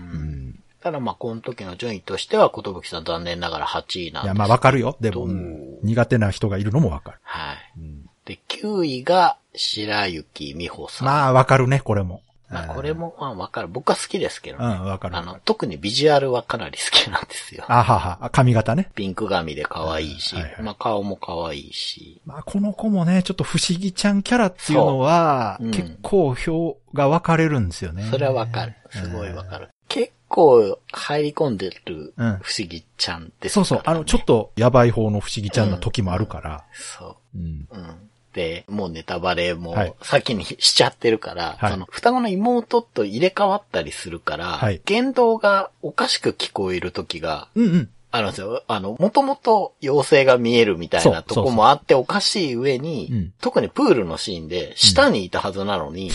Speaker 2: ん。
Speaker 3: ただまあ、この時の順位としては、小峠さん残念ながら8位
Speaker 2: い
Speaker 3: なんですけど。
Speaker 2: や、まあわかるよ。でも、
Speaker 3: どう
Speaker 2: うん苦手な人がいるのもわかる。
Speaker 3: はい。
Speaker 2: うん
Speaker 3: で、9位が、白雪美穂さん。ま
Speaker 2: まあわかるね、これも。
Speaker 3: あ、これもまあわかる。僕は好きですけど
Speaker 2: う
Speaker 3: ね、
Speaker 2: ん、わかる。
Speaker 3: あ
Speaker 2: あ
Speaker 3: の、特にビジュアルはかなり好きなんですよ。
Speaker 2: はは、髪型ね。
Speaker 3: ピンク髪で可愛いし、
Speaker 2: はいはい
Speaker 3: まあ顔も可愛いし、
Speaker 2: まあこの子もね、ちょっと不思議ちゃんキャラっていうのは、
Speaker 3: そううん
Speaker 2: 結構票が分かれるんですよね。
Speaker 3: それはわかる。すごいわかる。結構入り込んでる不
Speaker 2: うん
Speaker 3: 思議ちゃんです
Speaker 2: そ
Speaker 3: から、ね
Speaker 2: うそう。あの、ちょっとやばい方の不思議ちゃんな時もあるから。
Speaker 3: そ
Speaker 2: うん。
Speaker 3: う。うん。で、もうネタバレも
Speaker 2: はい
Speaker 3: 先にしちゃってるから、
Speaker 2: はい
Speaker 3: その双子の妹と入れ替わったりするから、
Speaker 2: はい
Speaker 3: 言動がおかしく聞こえる時が
Speaker 2: うんうん。
Speaker 3: あるんですよ。あの、もともと妖精が見えるみたい
Speaker 2: そうそ
Speaker 3: な
Speaker 2: う
Speaker 3: とこもあっておかしい上に、
Speaker 2: うん
Speaker 3: 特にプールのシーンで下にいたはずなのに、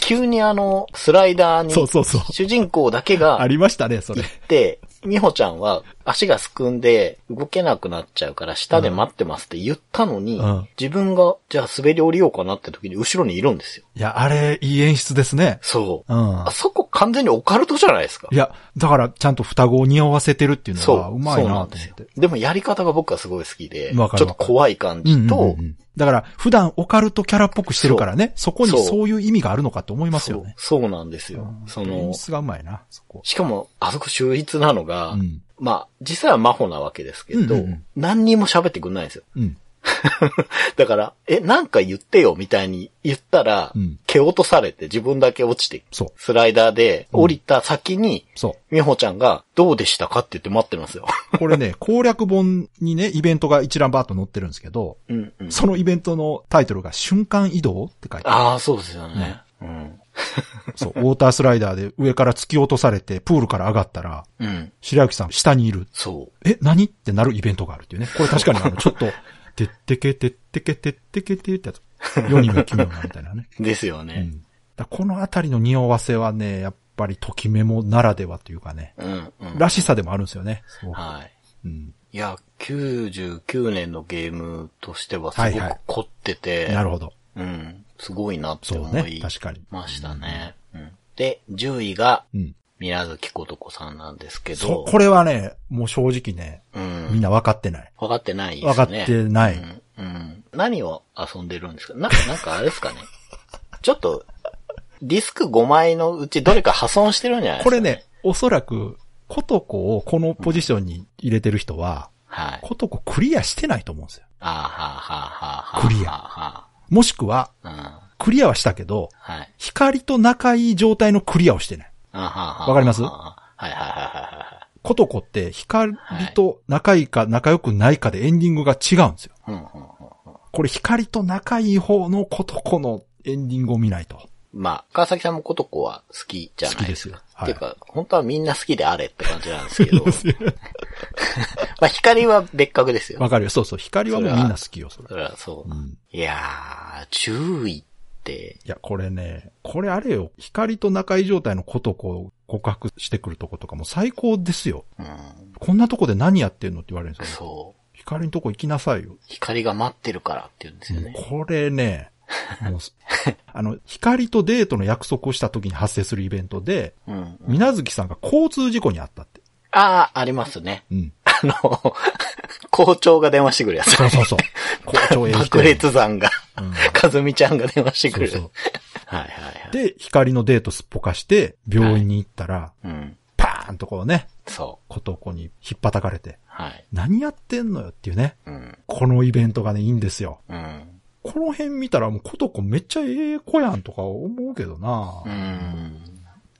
Speaker 3: 急にあの、スライダーに
Speaker 2: そうそう そう。
Speaker 3: 主人公だけ
Speaker 2: あ
Speaker 3: が
Speaker 2: りましたね、それ。
Speaker 3: で、美穂ちゃんは足がすくんで動けなくなっちゃうから下で待ってますって言ったのに、
Speaker 2: うん
Speaker 3: 自分がじゃあ滑り降りようかなって時に後ろにいるんですよ。
Speaker 2: いや、あれ、いい演出ですね。
Speaker 3: そう。
Speaker 2: うん
Speaker 3: あ。そこ完全にオカルトじゃないですか
Speaker 2: い。や、だから、ちゃんと双子を匂わせてるっていうの
Speaker 3: そ
Speaker 2: は、
Speaker 3: う。
Speaker 2: うまい
Speaker 3: そう
Speaker 2: なと
Speaker 3: な
Speaker 2: 思
Speaker 3: んです
Speaker 2: っ
Speaker 3: よ
Speaker 2: て。。
Speaker 3: でもやり方が僕はすごい好きで、ちょ
Speaker 2: わ
Speaker 3: っ
Speaker 2: かる
Speaker 3: と怖い感じと、
Speaker 2: うんうんうんだから、普段オカルトキャラっぽくしてるからね、そこに
Speaker 3: そう
Speaker 2: そういう意味があるのかって思います
Speaker 3: そう
Speaker 2: よね。
Speaker 3: そうなんですよ。その
Speaker 2: 演、出がうまいな、そこ。
Speaker 3: しかも、あそこ秀逸なのが、
Speaker 2: うん。
Speaker 3: まあ、実際は真帆なわけですけど、
Speaker 2: うんうんうん
Speaker 3: 何にも喋ってくんないんですよ。
Speaker 2: うん。
Speaker 3: だから、え、なんか言ってよ、みたいに言ったら、
Speaker 2: うん
Speaker 3: 蹴落とされて自分だけ落ちて、
Speaker 2: そう。
Speaker 3: スライダーで降りた先に、
Speaker 2: そ
Speaker 3: 美穂ちゃんが、どうでしたかって言って待ってますよ。
Speaker 2: う。これね、 攻略本にね、イベントが一覧バーっと載ってるんですけど、
Speaker 3: うんうん。
Speaker 2: そのイベントのタイトルが瞬間移動って書いてある。
Speaker 3: ああ、そうですよね。うん。
Speaker 2: そう。ウォータースライダーで上から突き落とされて、プールから上がったら、
Speaker 3: うん。
Speaker 2: 白雪さん下にいる。
Speaker 3: そう。
Speaker 2: え、何ってなるイベントがあるっていうね。これ確かにあの、ちょっと、てってけてってけてってけてってやつ。世にも奇妙なみたいなね。
Speaker 3: ですよ
Speaker 2: う
Speaker 3: ね。
Speaker 2: ん。だこのあたりの匂わせはね、やっぱりときメモならではというかね、
Speaker 3: うん、うん。
Speaker 2: らしさでもあるんですよね。すごく
Speaker 3: はい。
Speaker 2: うん。
Speaker 3: いや、99年のゲームとしてはすご
Speaker 2: はいは
Speaker 3: く
Speaker 2: い
Speaker 3: 凝ってて、
Speaker 2: なるほど。
Speaker 3: うん、すごいなって
Speaker 2: そう
Speaker 3: 思
Speaker 2: ね
Speaker 3: い。
Speaker 2: 確かに。
Speaker 3: ましたね。うんで、10位が、
Speaker 2: うん。
Speaker 3: 宮崎琴子さんなんですけ
Speaker 2: そ
Speaker 3: ど、
Speaker 2: う、これはね、もう正直ね、
Speaker 3: うん、
Speaker 2: みんな分かってない。
Speaker 3: 分かってないですね。
Speaker 2: 分かってない。
Speaker 3: うん。うん何を遊んでるんですかな、なんかあれですかね。ちょっと、ディスク5枚のうちどれか破損してるんじゃないですか
Speaker 2: これ。ね、おそらく、ことこをこのポジションに入れてる人は、
Speaker 3: はい。
Speaker 2: ことこクリアしてないと思うんですよ。
Speaker 3: あーはあはあはあはあ。
Speaker 2: クリア
Speaker 3: は
Speaker 2: もしくは、
Speaker 3: あはあ。うん。
Speaker 2: クリアはしたけど、
Speaker 3: はい。
Speaker 2: 光と仲いい状態のクリアをしてない。
Speaker 3: あーはあはあ
Speaker 2: わかります
Speaker 3: はあはいはいはいはいはい。
Speaker 2: ことこって光と仲いいか仲良くないかでエンディングが違うんですよ。
Speaker 3: うんうんうん
Speaker 2: これ光と仲いい方のことこのエンディングを見ないと。
Speaker 3: まあ、川崎さんもことこは好きじゃないですか。
Speaker 2: 好きですよ
Speaker 3: っていうか、本当はみんな好きであれって感じなんで すけど。まあ、光は別格ですよ。
Speaker 2: わかるよ。そうそう。光はもうみんな好きよ、それ
Speaker 3: そ。れはそう。
Speaker 2: うん
Speaker 3: いやー、10位って、
Speaker 2: いや、これね、これあれよ。光と仲いい状態のことこを告白してくるとことかも最高ですよ。
Speaker 3: うん、
Speaker 2: こんなとこで何やってんのって言われるんですよ、ね。
Speaker 3: そう。
Speaker 2: 光のとこ行きなさいよ。
Speaker 3: 光が待ってるからって言うんですよね。
Speaker 2: これね、 もう、あの、光とデートの約束をした時に発生するイベントで、
Speaker 3: うん。
Speaker 2: 水月さんが交通事故にあったって。
Speaker 3: あー、ありますね。
Speaker 2: うん。
Speaker 3: あの、校長が電話してくるやつ。
Speaker 2: そうそうそう。 校長演じて
Speaker 3: 爆
Speaker 2: る
Speaker 3: 裂山が、
Speaker 2: うん
Speaker 3: かずみちゃんが電話してくる。
Speaker 2: そうそう
Speaker 3: はいはいはい。
Speaker 2: で、光のデートすっぽかして、病院に行ったら、
Speaker 3: うん。
Speaker 2: パーンとこうね、
Speaker 3: そう。
Speaker 2: ことこに引っ叩かれて、
Speaker 3: はい。
Speaker 2: 何やってんのよっていうね。
Speaker 3: うん。
Speaker 2: このイベントがね、いいんですよ。
Speaker 3: うん。
Speaker 2: この辺見たらもうことこめっちゃええ子やんとか思うけどな
Speaker 3: う。ん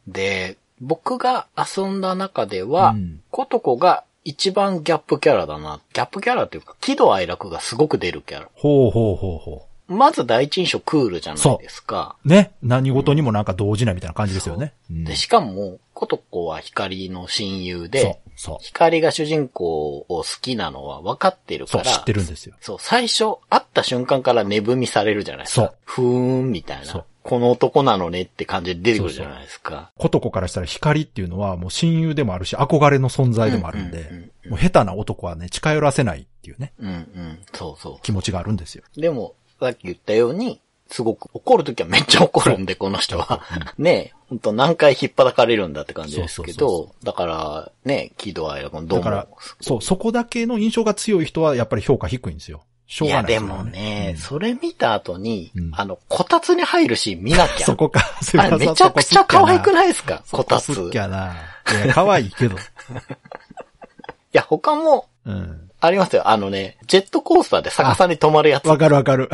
Speaker 3: で、僕が遊んだ中では、
Speaker 2: うん
Speaker 3: コトコが一番ギャップキャラだな。ギャップキャラっていうか、喜怒哀楽がすごく出るキャラ。
Speaker 2: ほうほうほうほ
Speaker 3: まず第一印象クールじゃないですか。
Speaker 2: う。ね。何事にもなんか動じないみたいな感じですよね。うん
Speaker 3: で、しかも、コトコは光の親友
Speaker 2: そ
Speaker 3: で、
Speaker 2: うそう。
Speaker 3: 光が主人公を好きなのは分かってる
Speaker 2: そ
Speaker 3: か
Speaker 2: う、
Speaker 3: ら、
Speaker 2: 知ってるんですよ。
Speaker 3: そう、最初会った瞬間から値踏みされるじゃないですか。
Speaker 2: そう
Speaker 3: ふーん、みたい
Speaker 2: そう
Speaker 3: な。この男なのねって感じで出てくるじゃないですか。
Speaker 2: ことこからしたら光っていうのはもう親友でもあるし、憧れの存在でもあるん
Speaker 3: うんうん
Speaker 2: で、
Speaker 3: うん
Speaker 2: もう下手な男はね、近寄らせないっていうね、
Speaker 3: うんうん、そうそ
Speaker 2: 気持ちがあるんですよ。
Speaker 3: う。でも、さっき言ったように、すごく怒るときはめっちゃ怒るんで、この人は。 ねえ、ほんと何回引っ張かれるんだって感じです
Speaker 2: そう
Speaker 3: け
Speaker 2: そう
Speaker 3: ど、だから、ねえ、喜怒哀楽のど
Speaker 2: だ
Speaker 3: う
Speaker 2: から
Speaker 3: も。、
Speaker 2: そう、そこだけの印象が強い人はやっぱり評価低いんですよ。しょ
Speaker 3: いう
Speaker 2: が
Speaker 3: や、
Speaker 2: ない
Speaker 3: です
Speaker 2: よ
Speaker 3: もね、
Speaker 2: うん
Speaker 3: それ見た後に、
Speaker 2: うん
Speaker 3: あの、こたつに入るシーン見なきゃ。
Speaker 2: そこか、セ
Speaker 3: あれめちゃくちゃ可愛くないですかこたつ。い
Speaker 2: すっきゃな。いや、可愛いけど。
Speaker 3: や、他も
Speaker 2: うん。
Speaker 3: ありますよ。あのね、ジェットコースターで逆さに止まる やつ。
Speaker 2: わかるわかる。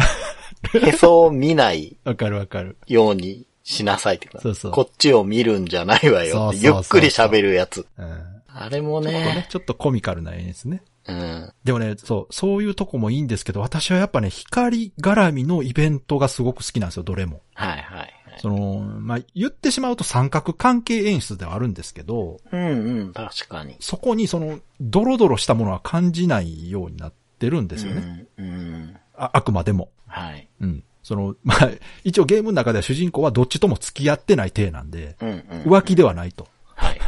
Speaker 3: へそを見ない
Speaker 2: わかるわかる。
Speaker 3: ようにしなさいってか
Speaker 2: そうそう
Speaker 3: こっちを見るんじゃないわ
Speaker 2: そう
Speaker 3: よっ
Speaker 2: そう
Speaker 3: て。
Speaker 2: そう
Speaker 3: ゆ
Speaker 2: そう
Speaker 3: っくり喋るやつ。
Speaker 2: うん。
Speaker 3: あれも
Speaker 2: ちょっとね
Speaker 3: ね、
Speaker 2: ちょっとコミカルな演出ね。
Speaker 3: うん。
Speaker 2: でもね、そう、そういうとこもいいんですけど、私はやっぱね、光絡みのイベントがすごく好きなんですよ、どれも。
Speaker 3: はいはい。
Speaker 2: その、まあ、言ってしまうと三角関係演出ではあるんですけど、
Speaker 3: うんうん、確かに。
Speaker 2: そこにその、ドロドロしたものは感じないようになってるんですよね。
Speaker 3: うん、うん。
Speaker 2: ああくまでも。
Speaker 3: はい。
Speaker 2: うん。その、まあ、一応ゲームの中では主人公はどっちとも付き合ってない体なんで、
Speaker 3: うんうん。
Speaker 2: 浮気ではないと。
Speaker 3: はいはい。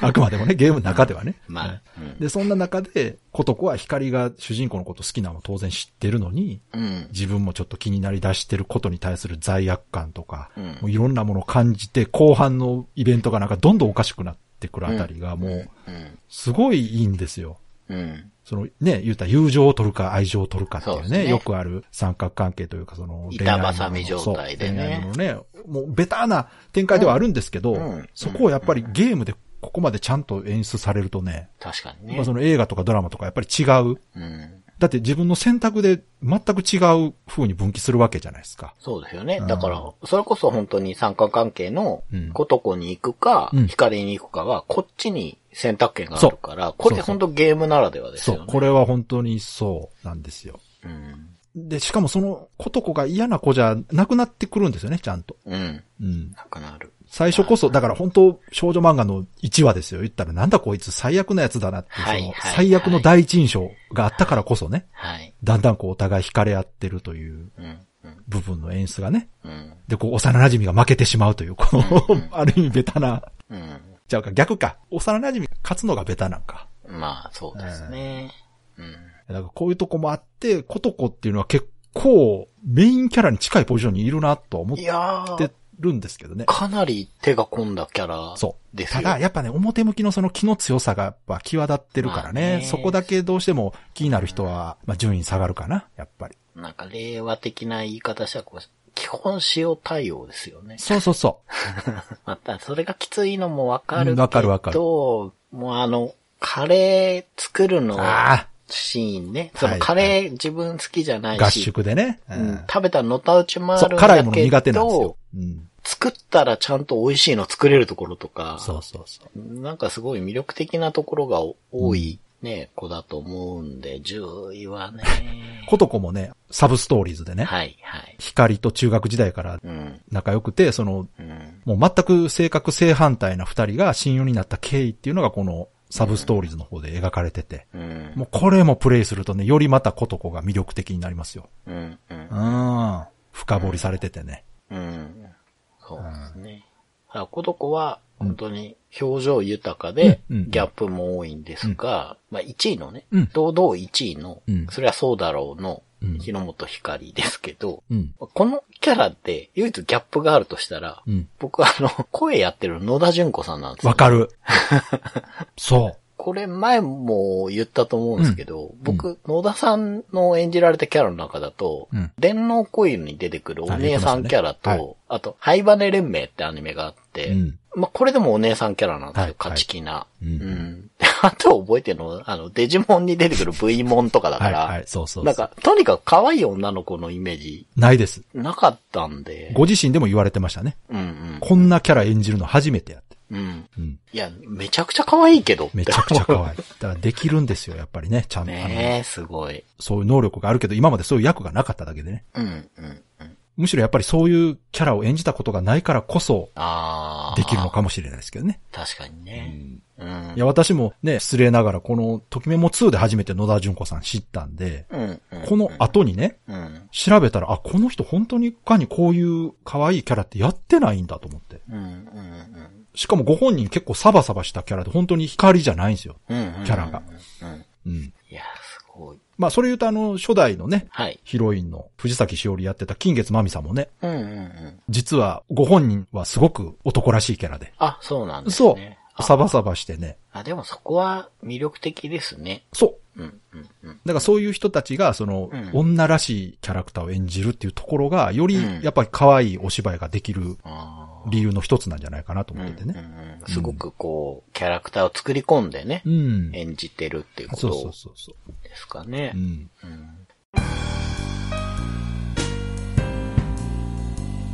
Speaker 2: あくまでもね、ゲームの中ではね。
Speaker 3: ま
Speaker 2: はい
Speaker 3: あ、うん
Speaker 2: で、そんな中で、コトコは光が主人公のこと好きなのを当然知ってるのに、
Speaker 3: うん。
Speaker 2: 自分もちょっと気になり出してることに対する罪悪感とか、
Speaker 3: うん
Speaker 2: もういろんなものを感じて、後半のイベントがなんかどんどんおかしくなってくるあたりが、もう、
Speaker 3: うん。
Speaker 2: すごいいいんですよ。
Speaker 3: うん。
Speaker 2: そのね、言うたら友情を取るか愛情を取るかっていう
Speaker 3: そ
Speaker 2: ね、
Speaker 3: うですね
Speaker 2: よくある三角関係というか、その
Speaker 3: 板挟み状態でね
Speaker 2: そう恋愛のね、もうベターな展開ではあるんですけど、
Speaker 3: うんうん
Speaker 2: そこをやっぱりゲームでここまでちゃんと演出されるとね、
Speaker 3: 確かに
Speaker 2: まあそ
Speaker 3: ね。
Speaker 2: の映画とかドラマとかやっぱり違う。
Speaker 3: うん。
Speaker 2: だって自分の選択で全く違う風に分岐するわけじゃないですか。
Speaker 3: そうですよね
Speaker 2: うん。
Speaker 3: だから、それこそ本当に三角関係の
Speaker 2: うん、
Speaker 3: ことこに行くか、
Speaker 2: うん
Speaker 3: 光に行くかは、こっちに選択権があるから、これ本当ゲームならではです
Speaker 2: そ
Speaker 3: よね。
Speaker 2: う、これは本当にそうなんですよ。
Speaker 3: うん。
Speaker 2: で、しかもその、ことこが嫌な子じゃなくなってくるんですよね、ちゃんと。
Speaker 3: うん。
Speaker 2: うん。
Speaker 3: なくなる。
Speaker 2: 最初こそ、だから本当、少女漫画の1話ですよ。言ったら、なんだこいつ最悪なやつだなって、
Speaker 3: はい
Speaker 2: その
Speaker 3: はいはい
Speaker 2: 最悪の第一印象があったからこそね、
Speaker 3: はい。
Speaker 2: だんだんこうお互い惹かれ合ってるという
Speaker 3: うん。うん。
Speaker 2: 部分の演出がね。
Speaker 3: うん。
Speaker 2: で、こう、幼馴染が負けてしまうという、こ
Speaker 3: う
Speaker 2: の
Speaker 3: んう、ん
Speaker 2: ある意味ベタな、
Speaker 3: うん。
Speaker 2: ちゃうか、逆か。幼馴染が勝つのがベタなんか。
Speaker 3: まあ、そうですね。うん。
Speaker 2: だからこういうとこもあって、ことこっていうのは結構、メインキャラに近いポジションにいるなとは思っ
Speaker 3: いや
Speaker 2: て
Speaker 3: ー、
Speaker 2: るんですけどね。
Speaker 3: かなり手が込んだキャラ
Speaker 2: そう。
Speaker 3: です
Speaker 2: た
Speaker 3: よ。
Speaker 2: だ、やっぱね、表向きのその気の強さがやっぱ際立ってるからね。
Speaker 3: まあね
Speaker 2: そこだけどうしても気になる人は、まあ順位下がるかな、やっぱり。
Speaker 3: なんか令和的な言い方したら、こう、基本使用対応ですよね。
Speaker 2: そうそうそ
Speaker 3: また、それがきついのもわかるけ
Speaker 2: うん
Speaker 3: ど、
Speaker 2: わかるわかる
Speaker 3: もうあの、カレー作る
Speaker 2: う。
Speaker 3: の
Speaker 2: あ
Speaker 3: シーンね。
Speaker 2: はい
Speaker 3: そのカレー自分好きじゃな
Speaker 2: あ、
Speaker 3: い
Speaker 2: 合
Speaker 3: し、
Speaker 2: 宿でね。う
Speaker 3: うんん、食べたらのたうち回
Speaker 2: そう、
Speaker 3: るん
Speaker 2: 辛い
Speaker 3: だ
Speaker 2: もの
Speaker 3: け
Speaker 2: 苦手なんですよ
Speaker 3: ど、。
Speaker 2: うん。
Speaker 3: 作ったらちゃんと美味しいの作れるところとか、
Speaker 2: そうそうそう。
Speaker 3: なんかすごい魅力的なところがお多いね、子だと思うんで、10位はね。
Speaker 2: ことこもね、サブストーリーズでね、
Speaker 3: はい、はい。
Speaker 2: 光と中学時代から
Speaker 3: うん、
Speaker 2: 仲良くて、その、
Speaker 3: うん、
Speaker 2: もう全く性格正反対な二人が親友になった経緯っていうのがこのサブストーリーズの方で描かれてて、
Speaker 3: うん、
Speaker 2: もうこれもプレイするとね、よりまたことこが魅力的になりますよ。
Speaker 3: うん、うん
Speaker 2: う。ん。深掘りされててね。
Speaker 3: うん。そうですね。だからコトコは、本当に表情豊かで、
Speaker 2: うんうん
Speaker 3: ギャップも多いんですが、まあ1位のね、
Speaker 2: うん
Speaker 3: 堂々1位の、
Speaker 2: うん
Speaker 3: それはそうだろうの
Speaker 2: うん、
Speaker 3: 日の本光ですけど、
Speaker 2: うん。
Speaker 3: このキャラで唯一ギャップがあるとしたら、
Speaker 2: うん。
Speaker 3: 僕はあの、声やってる野田純子さんなんですよ、
Speaker 2: わかる。そ
Speaker 3: これ前も言ったと思うんですけど、僕、野田さんの演じられたキャラの中だと、
Speaker 2: う。うん。
Speaker 3: 電脳コイルに出てくるお姉さんキャラと、
Speaker 2: あ
Speaker 3: あ,、
Speaker 2: 言ってましたね
Speaker 3: と、ハイバネ連盟ってアニメがあって、
Speaker 2: うん。
Speaker 3: まあ、これでもお姉さんキャラなんですよ、
Speaker 2: はい
Speaker 3: 勝ち気な。
Speaker 2: う
Speaker 3: うんん。 あと覚えてるのは、あの、デジモンに出てくる V モンとかだか
Speaker 2: はい
Speaker 3: ら、
Speaker 2: はい。そうそうそう。
Speaker 3: なんか、とにかく可愛い女の子のイメージ
Speaker 2: ないです。
Speaker 3: なかったんで、
Speaker 2: ご自身でも言われてましたね。
Speaker 3: うん
Speaker 2: こんなキャラ演じるの初めてやって。
Speaker 3: うん。うん。
Speaker 2: うん。
Speaker 3: いや、めちゃくちゃ可愛いけどって
Speaker 2: めちゃくちゃ可愛い。だからできるんですよ、やっぱりね。ちゃんと、あの
Speaker 3: ねえ、すごい。
Speaker 2: そういう能力があるけど、今までそういう役がなかっただけでね。
Speaker 3: うん、うん、うん。
Speaker 2: むしろやっぱりそういうキャラを演じたことがないからこそ、
Speaker 3: ああ。
Speaker 2: できるのかもしれないですけどね。
Speaker 3: 確かにね。う
Speaker 2: いや、
Speaker 3: ん。
Speaker 2: 私もね、失礼ながら、この、ときめも2で初めて野田純子さん知ったんで、
Speaker 3: うん。うん
Speaker 2: この、後にね、
Speaker 3: うん。
Speaker 2: 調べたら、あ、この人本当に他にこういう可愛いキャラってやってないんだと思って。
Speaker 3: うん。うん。
Speaker 2: しかもご本人結構サバサバしたキャラで本当に光じゃないんですよ。
Speaker 3: うん。うん
Speaker 2: キャラが。
Speaker 3: うん。
Speaker 2: うん。
Speaker 3: いや、すごい。
Speaker 2: まあ、それ言うとあの、初代のね、
Speaker 3: はい。
Speaker 2: ヒロインの藤崎しおりやってた金月まみさんもね、
Speaker 3: うん。うん。うん。
Speaker 2: 実はご本人はすごく男らしいキャラで。
Speaker 3: あ、そうなんです
Speaker 2: そ
Speaker 3: ね。
Speaker 2: う。
Speaker 3: あ
Speaker 2: サバサバしてね。
Speaker 3: あ、でもそこは魅力的ですね。
Speaker 2: そう。
Speaker 3: うん。うん。うん。
Speaker 2: だからそういう人たちが、その、
Speaker 3: うん
Speaker 2: 女らしいキャラクターを演じるっていうところが、より
Speaker 3: うん
Speaker 2: やっぱり可愛いお芝居ができる
Speaker 3: ああ。
Speaker 2: 理由の一つなんじゃないかなと思ってて
Speaker 3: う
Speaker 2: ね。
Speaker 3: んうんうんすごくこう、キャラクターを作り込んでね
Speaker 2: う、ん。
Speaker 3: 演じてるっていうこ
Speaker 2: そうそ
Speaker 3: と
Speaker 2: うそうそう。
Speaker 3: ですかね
Speaker 2: う。ん。
Speaker 3: うん。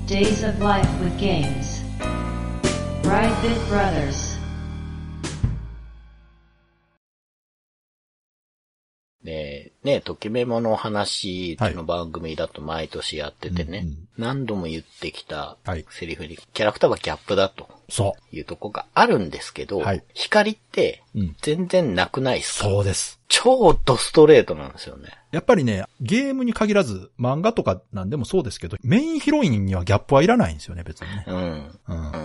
Speaker 1: Days of Life with Games. Brightbit Brothers.
Speaker 3: で、ね、ときめものお話、うちの番組だと毎年やっててね、
Speaker 2: はいうんうん
Speaker 3: 何度も言ってきた
Speaker 2: はい
Speaker 3: セリフに、キャラクターはギャップだと
Speaker 2: そ
Speaker 3: いうとこがあるんですけど、
Speaker 2: はい
Speaker 3: 光って
Speaker 2: う。うん。
Speaker 3: 全然なくないっすか
Speaker 2: そうです。
Speaker 3: 超ドストレートなんですよね。
Speaker 2: やっぱりね、ゲームに限らず、漫画とかなんでもそうですけど、メインヒロインにはギャップはいらないんですよね、別にね。
Speaker 3: うん。
Speaker 2: うん
Speaker 3: う。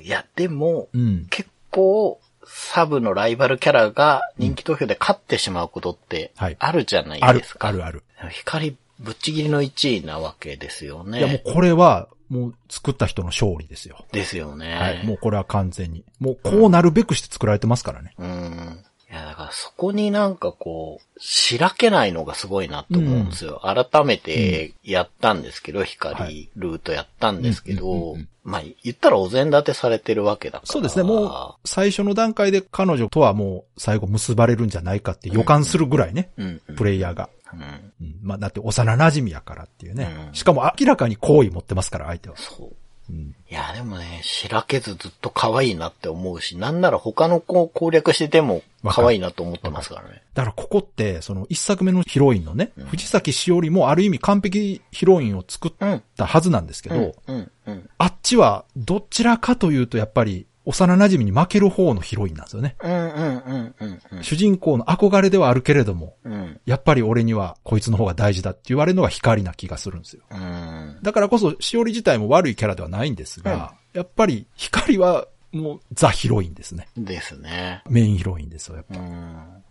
Speaker 3: ん。いや、でも、
Speaker 2: うん。
Speaker 3: 結構、サブのライバルキャラが人気投票で勝ってしまうことって
Speaker 2: はい、
Speaker 3: あるじゃな
Speaker 2: あ
Speaker 3: い
Speaker 2: る
Speaker 3: です、か。
Speaker 2: あるある。
Speaker 3: 光ぶっちぎりの1位なわけですよね。
Speaker 2: いや、もうこれは、もう作った人の勝利ですよ。
Speaker 3: ですよね。
Speaker 2: はい。もうこれは完全に。もうこうなるべくして作られてますからね。
Speaker 3: うん。いや、だからそこになんかこう、しらけないのがすごいなと思うんですよ。改めてやったんですけど、光、
Speaker 2: はい
Speaker 3: ルートやったんですけ
Speaker 2: うんうん
Speaker 3: ど
Speaker 2: うんうん、
Speaker 3: まあ、言ったらお膳立てされてるわけだから。
Speaker 2: そうですね。もう、最初の段階で彼女とはもう最後結ばれるんじゃないかって予感するぐらいね。
Speaker 3: う、うん、うん
Speaker 2: プレイヤーが。
Speaker 3: うん
Speaker 2: うん、まあ、だって幼馴染やからっていうね。
Speaker 3: うん
Speaker 2: しかも明らかに好意持ってますから、相手は。
Speaker 3: そう。
Speaker 2: うん
Speaker 3: いや、でもね、しらけずずっと可愛いなって思うし、なんなら他の子を攻略してても
Speaker 2: わかる
Speaker 3: 可愛いなと思ってますからね。
Speaker 2: だからここって、その一作目のヒロインのね、
Speaker 3: うん
Speaker 2: 藤崎しおりもある意味完璧ヒロインを作ったはずなんですけど、
Speaker 3: うん、うん、うん。
Speaker 2: あっちはどちらかというとやっぱり幼馴染に負ける方のヒロインなんですよね。
Speaker 3: うん、うん、うん、うん、うん
Speaker 2: 主人公の憧れではあるけれども、
Speaker 3: うん。
Speaker 2: やっぱり俺にはこいつの方が大事だって言われるのが光な気がするんですよ。
Speaker 3: うん。
Speaker 2: だからこそ、しおり自体も悪いキャラではないんですが、やっぱり光はもうザヒロインですね。
Speaker 3: ですね。
Speaker 2: メインヒロインですよ、やっぱ。
Speaker 3: うん。
Speaker 2: う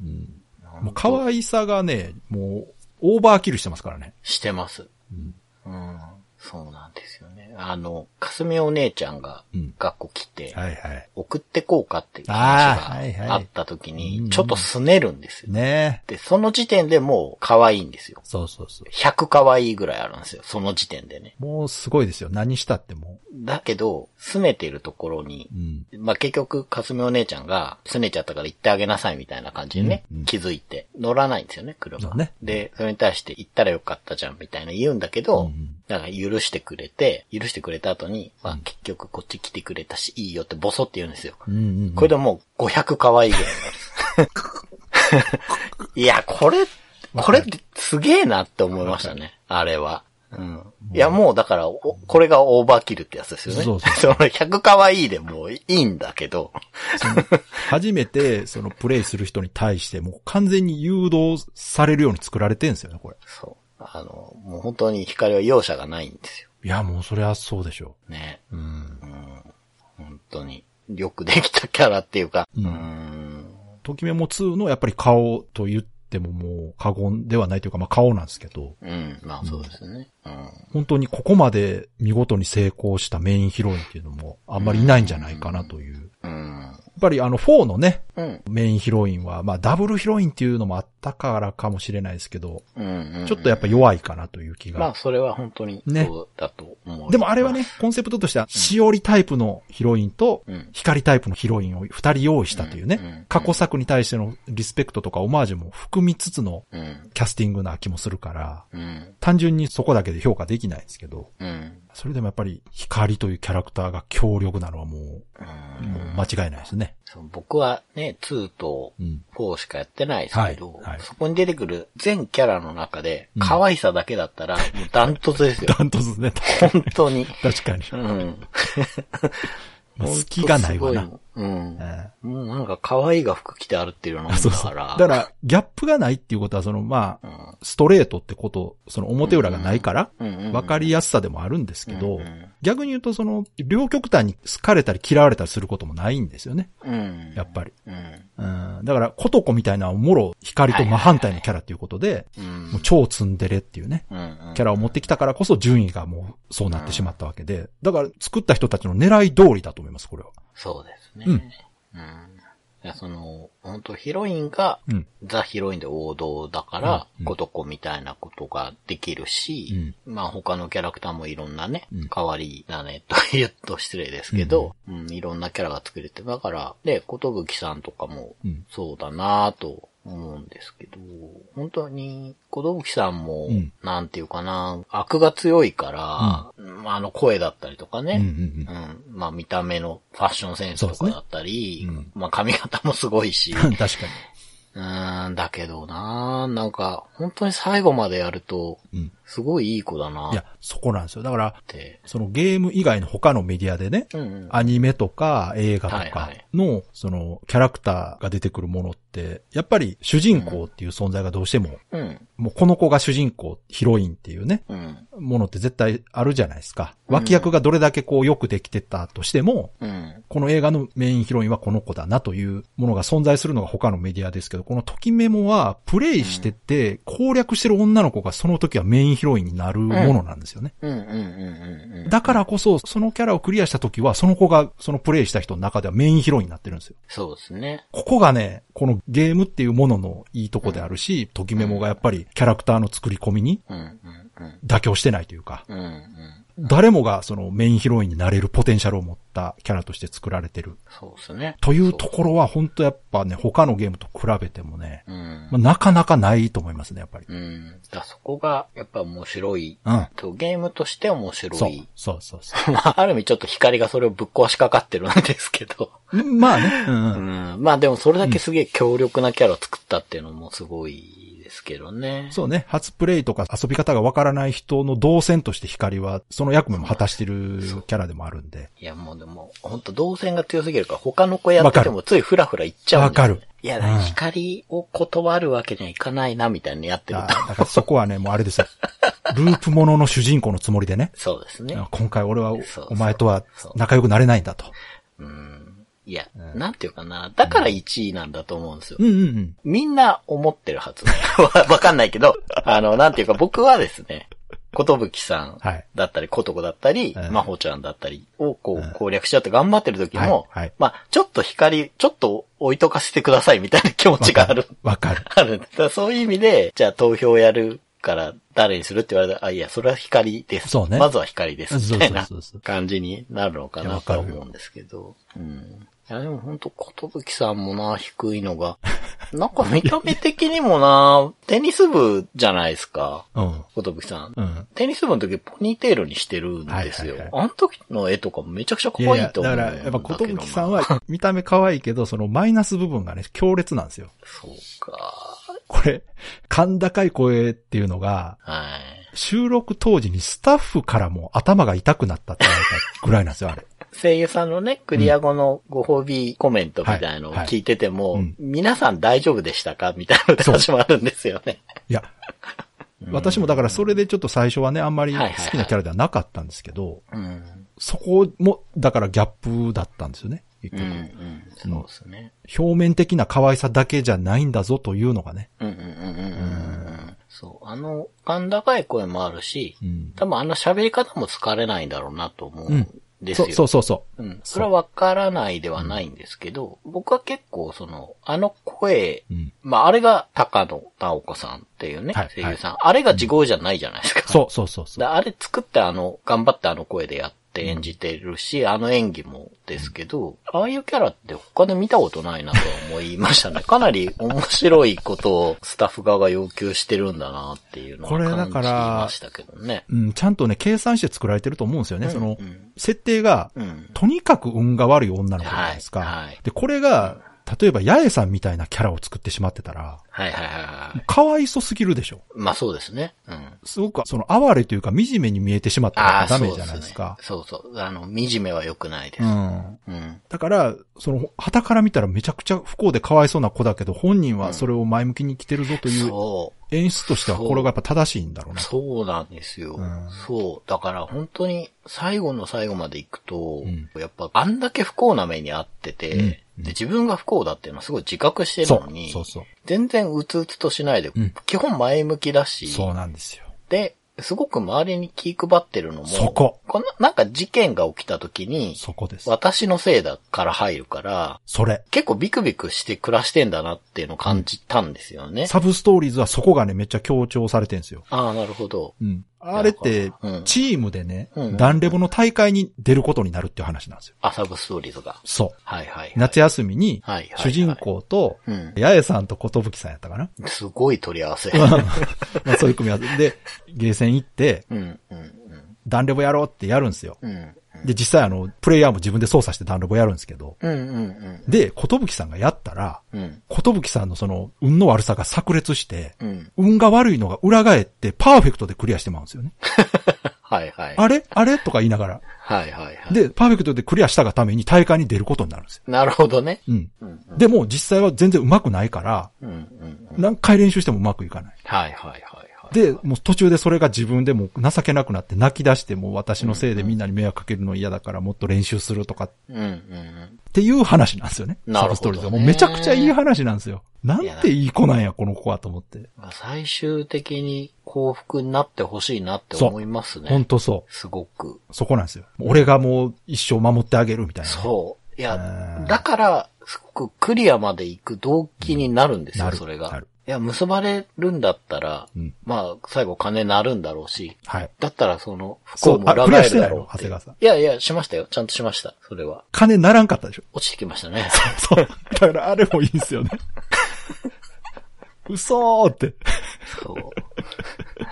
Speaker 2: ん、もう可愛さがね、もうオーバーキルしてますからね。
Speaker 3: してます。
Speaker 2: うん
Speaker 3: うん。そうなんですよね。あの、かすみお姉ちゃんが
Speaker 2: うん
Speaker 3: 学校来て、
Speaker 2: はいはい。
Speaker 3: 送ってこうかっていう
Speaker 2: あーはい
Speaker 3: 話
Speaker 2: はい
Speaker 3: があった時
Speaker 2: うんう
Speaker 3: に
Speaker 2: ん、
Speaker 3: ちょっと拗ねるんですよ。
Speaker 2: ねえ。
Speaker 3: で、その時点でもう可愛いんですよ。
Speaker 2: そうそうそう。
Speaker 3: 100可愛いぐらいあるんですよ。その時点でね。
Speaker 2: もうすごいですよ。何したっても
Speaker 3: だけど、拗ねてるところに
Speaker 2: う。う、ん。
Speaker 3: まあ、結局、かすみお姉ちゃんが、拗ねちゃったから行ってあげなさいみたいな感じでね、
Speaker 2: うんうん
Speaker 3: 気づいて、乗らないんですよね、車
Speaker 2: そ
Speaker 3: が。
Speaker 2: うね
Speaker 3: で、それに対して行ったらよかったじゃんみたいな言うんだけど、
Speaker 2: うんうん
Speaker 3: だから許してくれて、許してくれた後に、まあ、結局こっち来てくれたし、いいよってボソって言うんですよ。
Speaker 2: うんうん、うん。
Speaker 3: これでもう500 可愛いぐらいになるいや、これ、これすげえなって思いましたね。あれは。うん。いや、もうだから、おこれがオーバーキルってやつですよね。
Speaker 2: そうそう
Speaker 3: の100可愛いでもういいんだけど。
Speaker 2: その初めてそのプレイする人に対してもう完全に誘導されるように作られてるんですよね、これ。
Speaker 3: そう。あの、もう本当に光は容赦がないんですよ。
Speaker 2: いや、もうそれはそうでしょ
Speaker 3: ね。
Speaker 2: う。うん。
Speaker 3: 本当に。よくできたキャラっていうか。
Speaker 2: うん
Speaker 3: ん
Speaker 2: ときめも2のやっぱり顔と言ってももう過言ではないというか、まあ顔なんですけど、
Speaker 3: うん。まあそうですね。うん。
Speaker 2: 本当にここまで見事に成功したメインヒロインっていうのもあんまりいないんじゃないかなという。や
Speaker 3: うん。
Speaker 2: っぱりあの4のね、
Speaker 3: うん。
Speaker 2: メインヒロインは、まあダブルヒロインっていうのもあったからかもしれないですけど、
Speaker 3: うん。うん
Speaker 2: ちょっとやっぱ弱いかなという気
Speaker 3: まあ
Speaker 2: が。
Speaker 3: それは本当に
Speaker 2: ね
Speaker 3: そうだと思う、
Speaker 2: でもあれはね、コンセプトとしては、しおりタイプのヒロインと
Speaker 3: うん、
Speaker 2: 光タイプのヒロインを二人用意したという
Speaker 3: うんうん
Speaker 2: ね、過去作に対してのリスペクトとかオマージュも含みつつの
Speaker 3: うん。
Speaker 2: キャスティングな気もするから、
Speaker 3: うん。
Speaker 2: 単純にそこだけで評価できないんですけど、
Speaker 3: うん。
Speaker 2: それでもやっぱり光というキャラクターが強力なのはもう、もう間違いないですね。
Speaker 3: その僕はね、2と
Speaker 2: うん。
Speaker 3: 4しかやってないですけど、
Speaker 2: はいはい
Speaker 3: そこに出てくる全キャラの中で、可愛さだけだったら、もうダントツですよ。
Speaker 2: ダントツね。
Speaker 3: 本当に。
Speaker 2: 確かに。
Speaker 3: うん。
Speaker 2: まあ隙がないわな
Speaker 3: 本当すごいもん。うん。
Speaker 2: え
Speaker 3: もうなんか可愛いが服着てあるっていうような
Speaker 2: え
Speaker 3: もん
Speaker 2: そ
Speaker 3: だ
Speaker 2: うそう。
Speaker 3: か
Speaker 2: だ
Speaker 3: ら。
Speaker 2: から、ギャップがないっていうことは、その、まあ、ストレートってこと、その表裏がないから、
Speaker 3: うんうんうん
Speaker 2: わかりやすさでもあるんですけど
Speaker 3: うんうん、
Speaker 2: 逆に言うと、その、両極端に好かれたり嫌われたりすることもないんですよね、
Speaker 3: うん。
Speaker 2: やっぱり。
Speaker 3: うん。
Speaker 2: うん。だから、コトコみたいな、もろ、光と真反対のキャラっていうことで、
Speaker 3: うん。
Speaker 2: もう超ツンデレっていうね。
Speaker 3: うんうん
Speaker 2: キャラを持ってきたからこそ順位がもうそうなってしまったわけで、だから作った人たちの狙い通りだと思います、これは。
Speaker 3: そうですね。
Speaker 2: う
Speaker 3: うんん。いや、その、本当ヒロインが、
Speaker 2: うん。
Speaker 3: ザ・ヒロインで王道だから
Speaker 2: うん、
Speaker 3: コトコみたいなことができるし、まあ他のキャラクターもいろんなね
Speaker 2: うん、
Speaker 3: 代わりだね、 と言うと失礼ですけど、うん、いろんなキャラが作れて、だから、で、コトブキさんとかも
Speaker 2: うん、
Speaker 3: そうだなぁと思うんですけど、本当に、コトブキさんも
Speaker 2: うん、
Speaker 3: なんていうかな、悪が強いから、まああの声だったりとかね、
Speaker 2: うんうんう
Speaker 3: うん。まあ見た目のファッションセンス
Speaker 2: そ
Speaker 3: と
Speaker 2: う
Speaker 3: か
Speaker 2: ですね
Speaker 3: だったり、
Speaker 2: うん
Speaker 3: まあ髪型もすご いし。
Speaker 2: ん。確か
Speaker 3: うーん、だけどなぁなんか、本当に最後までやると、
Speaker 2: に。うん。
Speaker 3: すごいいい子だないぁっ
Speaker 2: や、そこなんですよ。だから、
Speaker 3: て。
Speaker 2: そのゲーム以外の他のメディアでね、
Speaker 3: うんうん。
Speaker 2: アニメとか映画と
Speaker 3: はい
Speaker 2: か
Speaker 3: はい
Speaker 2: の、その、キャラクターが出てくるものって、やっぱり主人公っていう存在がどうしても、
Speaker 3: うん。
Speaker 2: もうこの子が主人公、ヒロインっていうね、
Speaker 3: うん。
Speaker 2: ものって絶対あるじゃないですか。脇役がどれだけこうよくできてたとしても、
Speaker 3: うん。
Speaker 2: この映画のメインヒロインはこの子だなというものが存在するのが他のメディアですけど、この時メモはプレイしてて攻略してる女の子がその時はメインヒロインになるものなんですよね。
Speaker 3: うん。うん。うん。うん。
Speaker 2: だからこそ、そのキャラをクリアした時は、その子がそのプレイした人の中ではメインヒロインになってるんですよ。
Speaker 3: そうですね。
Speaker 2: ここがね、このゲームっていうもののいいとこであるし、時メモがやっぱりキャラクターの作り込みに
Speaker 3: うん。うん。うん。
Speaker 2: 妥協してないというか、
Speaker 3: うん。うん。
Speaker 2: 誰もがそのメインヒロインになれるポテンシャルを持ったキャラとして作られてる
Speaker 3: そうですね。
Speaker 2: というところは本当やっぱね、他のゲームと比べてもね、
Speaker 3: うん
Speaker 2: まあ。なかなかないと思いますね、やっぱり。
Speaker 3: うん。だからそこが、やっぱ面白い。
Speaker 2: うん。
Speaker 3: とゲームとして面
Speaker 2: そ
Speaker 3: 白
Speaker 2: う
Speaker 3: い。。
Speaker 2: そうそうそ
Speaker 3: まあ、ある意味ちょっと光がそれをぶっ壊しかかってるんですけど。
Speaker 2: う。まあね。うんうん。
Speaker 3: うんまあでもそれだけすげえ強力なキャラを作ったっていうのもすごいですけどね。
Speaker 2: そうね。初プレイとか遊び方がわからない人の動線として光は、その役目も果たしてるキャラでもあるんで。
Speaker 3: いやもうでも、ほんと動線が強すぎるから他の子やっててもついフラフラいっちゃうんですよね
Speaker 2: わかる
Speaker 3: いや、
Speaker 2: うん
Speaker 3: 光を断るわけにはいかないなみたいなのやってる
Speaker 2: だ
Speaker 3: と。
Speaker 2: だからそこはね、もうあれですよ。ループものの主人公のつもりでね。
Speaker 3: そうですね。
Speaker 2: 今回俺は
Speaker 3: そう
Speaker 2: お前とは
Speaker 3: そう
Speaker 2: 仲良くなれないんだと。
Speaker 3: うん。いや、なんていうかな。だから1位なんだと思うんですよ。
Speaker 2: うんうんうん。
Speaker 3: みんな思ってるはず。 わわかんないけど、あの、なんていうか僕はですね、ことぶきさん
Speaker 2: はい
Speaker 3: だったり、ことこだったり、
Speaker 2: うん
Speaker 3: まほちゃんだったりをこ
Speaker 2: うん
Speaker 3: う攻略しちゃって頑張ってる時も、
Speaker 2: はいはい
Speaker 3: まあ、ちょっと光、ちょっと置いとかせてくださいみた いな気持ちがある、
Speaker 2: わかる。
Speaker 3: あるんです。だからそういう意味で、じゃあ投票やるから誰にするって言われたら、あ、いや、それは光です。
Speaker 2: そうね
Speaker 3: まずは光で
Speaker 2: そ
Speaker 3: す。
Speaker 2: うそ
Speaker 3: み
Speaker 2: う
Speaker 3: たいな
Speaker 2: そうそう。
Speaker 3: 感じになるのか
Speaker 2: いやわ
Speaker 3: な
Speaker 2: か
Speaker 3: と
Speaker 2: る
Speaker 3: は
Speaker 2: よ
Speaker 3: 思うんですけど。うん。いや、でも本当ことぶきさんもな、低いのが。なんか見た目的にもな、テニス部じゃないですか。
Speaker 2: うん。
Speaker 3: ことぶきさん。
Speaker 2: うん。
Speaker 3: テニス部の時ポニーテールにしてるんですよ。
Speaker 2: はいはい
Speaker 3: あの時の絵とかめちゃくちゃ可
Speaker 2: いやい
Speaker 3: 愛
Speaker 2: や
Speaker 3: いと思う
Speaker 2: だ
Speaker 3: ん
Speaker 2: か
Speaker 3: だ
Speaker 2: ら、
Speaker 3: けどな。
Speaker 2: やっぱ、ことぶきさんは、見た目可愛いけど、そのマイナス部分がね、強烈なんですよ。
Speaker 3: そうか。
Speaker 2: これ、甲高い声っていうのが、
Speaker 3: はい。
Speaker 2: 収録当時にスタッフからも頭が痛くなったって言われたぐらいなんです よ、あれ。
Speaker 3: 声優さんのね、クリア後のご褒美コメントみたいなのを聞いてても、
Speaker 2: はいはいうん
Speaker 3: 皆さん大丈夫でしたかみたいな話もあるんですよね。
Speaker 2: いや、私もだからそれでちょっと最初はね、あんまり好きなキャラではなかったんですけど、
Speaker 3: うん。
Speaker 2: そこも、だからギャップだったんですよね、結
Speaker 3: うん、う
Speaker 2: 局
Speaker 3: ん。そうですね。
Speaker 2: 表面的な可愛さだけじゃないんだぞというのがね。
Speaker 3: うん、うん、うん、うんうん。そう。あの、甲高い声もあるし、
Speaker 2: うん。
Speaker 3: 多分あの喋り方も疲れないんだろうなと思う
Speaker 2: うんん
Speaker 3: です
Speaker 2: そ
Speaker 3: よ。
Speaker 2: うそうそうそうう。
Speaker 3: ん。それはわからないではないんですけど、僕は結構その、あの声、
Speaker 2: うん
Speaker 3: まあ、あれが高野直子さんっていうね、
Speaker 2: はい
Speaker 3: 声優さん。あれが地声じゃないじゃないですか。
Speaker 2: そうそうそうそう。
Speaker 3: だあれ作ってあの、頑張ってあの声でやってって演じてるし、あの演技もですけど、ああいうキャラって他で見たことないなと思い ましたね。かなり面白いことをスタッフ側が要求してるんだなっていうのは
Speaker 2: これだ
Speaker 3: 感じ
Speaker 2: から
Speaker 3: ましたけどね。
Speaker 2: うん、ちゃんとね、計算して作られてると思うんですよね。その
Speaker 3: う、ん
Speaker 2: 設定が、
Speaker 3: うん。
Speaker 2: とにかく運が悪い女の子じゃないですか。
Speaker 3: はいはい
Speaker 2: で、これが、例えば、八重さんみたいなキャラを作ってしまってたら、
Speaker 3: はいはいはいはい。
Speaker 2: かわいそすぎるでしょ。
Speaker 3: まあそうですね。うん。
Speaker 2: すごく、その、哀れというか、惨めに見えてしまった
Speaker 3: あ
Speaker 2: ら
Speaker 3: あ、
Speaker 2: ダ
Speaker 3: そう
Speaker 2: メ
Speaker 3: で
Speaker 2: じゃないですか。
Speaker 3: すね。そうそう。あの、惨めは良くないで
Speaker 2: う
Speaker 3: す。
Speaker 2: ん。
Speaker 3: うん。
Speaker 2: だから、その、旗から見たらめちゃくちゃ不幸でかわいそうな子だけど、本人はそれを前向きに生きてるぞという
Speaker 3: そう。
Speaker 2: 演出としては、
Speaker 3: そう
Speaker 2: これがやっぱ正しいんだろうね。
Speaker 3: そうなんですよ。
Speaker 2: うん
Speaker 3: そう。だから本当に最後の最後まで行くと、
Speaker 2: うん
Speaker 3: やっぱあんだけ不幸な目にあってて、
Speaker 2: うん
Speaker 3: で自分が不幸だっていうのはすごい自覚してるのに、
Speaker 2: そうそう
Speaker 3: 全然うつうつとしないで、
Speaker 2: うん
Speaker 3: 基本前向きだ
Speaker 2: そう。
Speaker 3: し、
Speaker 2: そうなんですよ。
Speaker 3: で、すごく周りに気配ってるのも、
Speaker 2: そこ
Speaker 3: のなんか事件が起きた時に、
Speaker 2: そこです。
Speaker 3: 私のせいだから入るから、
Speaker 2: それ。
Speaker 3: 結構ビクビクして暮らしてんだなっていうのを感じたんですよね。
Speaker 2: サブストーリーズはそこがね、めっちゃ強調されてるんですよ。
Speaker 3: ああ、なるほど。
Speaker 2: うん。あれって
Speaker 3: うん、
Speaker 2: チームでね
Speaker 3: うん、
Speaker 2: ダンレボの大会に出ることになるっていう話なんですよ。
Speaker 3: あ、サブストーリーズが。
Speaker 2: そ。。
Speaker 3: はいはい、はいう
Speaker 2: 夏休みに
Speaker 3: はいはいは、
Speaker 2: 主
Speaker 3: い
Speaker 2: 人公と、
Speaker 3: うん
Speaker 2: 八重さんとことぶきさんやったかな。
Speaker 3: すごい取り合わせ。
Speaker 2: まあそういう組み合わせで、ゲーセン行って、
Speaker 3: うん、うん、うん
Speaker 2: ダンレボやろうってやるんですよ。
Speaker 3: うん。
Speaker 2: で、実際あの、プレイヤーも自分で操作してダンレボやるんですけど、
Speaker 3: うん、うん、
Speaker 2: で、ことぶきさんがやったら、
Speaker 3: うん。うん、
Speaker 2: ことぶきさんのその、運の悪さが炸裂して、
Speaker 3: うん。
Speaker 2: 運が悪いのが裏返って、パーフェクトでクリアしてまうんですよね。
Speaker 3: はいはい。
Speaker 2: あれあれとか言いながら。
Speaker 3: はいはいはい。
Speaker 2: で、パーフェクトでクリアしたがために大会に出ることになるんですよ。
Speaker 3: なるほどね。
Speaker 2: うん。
Speaker 3: うん、
Speaker 2: でも実際は全然上手くないから、
Speaker 3: うん、うんうん。
Speaker 2: 何回練習してもうまくいかない。
Speaker 3: はいはいはいはい。
Speaker 2: で、もう途中でそれが自分でもう情けなくなって泣き出して、もう私のせいでみんなに迷惑かけるの嫌だからもっと練習するとかっ
Speaker 3: うん、うん
Speaker 2: ていう話なんですよね。
Speaker 3: なる
Speaker 2: サブ
Speaker 3: ほどね
Speaker 2: ストーリーズはもうめちゃくちゃいい話なんですよ。なんていい子なんや、この子はと思って。
Speaker 3: うん。最終的に幸福になってほしいなって思います
Speaker 2: ほん
Speaker 3: ね。
Speaker 2: とそ
Speaker 3: すごく。
Speaker 2: う。そこなんですよ。俺がもう一生守ってあげるみたいな。
Speaker 3: そう。い
Speaker 2: うん
Speaker 3: や、だから、すごくクリアまで行く動機になるんです
Speaker 2: な
Speaker 3: よ、
Speaker 2: る
Speaker 3: それ
Speaker 2: な
Speaker 3: が
Speaker 2: る。
Speaker 3: いや、結ばれるんだったら
Speaker 2: うん、
Speaker 3: まあ、最後金なるんだろうし、
Speaker 2: はい。
Speaker 3: だったらその、不
Speaker 2: そう
Speaker 3: 幸も裏返るだろう
Speaker 2: あ
Speaker 3: って
Speaker 2: クリアしてないの長谷川さん
Speaker 3: いやいや、しましたよ。ちゃんとしました。それは。
Speaker 2: 金ならんかったでしょ。
Speaker 3: 落ちてきまし たね。
Speaker 2: そう。だからあれもいいんですよね。嘘ーって。
Speaker 3: そう。
Speaker 2: い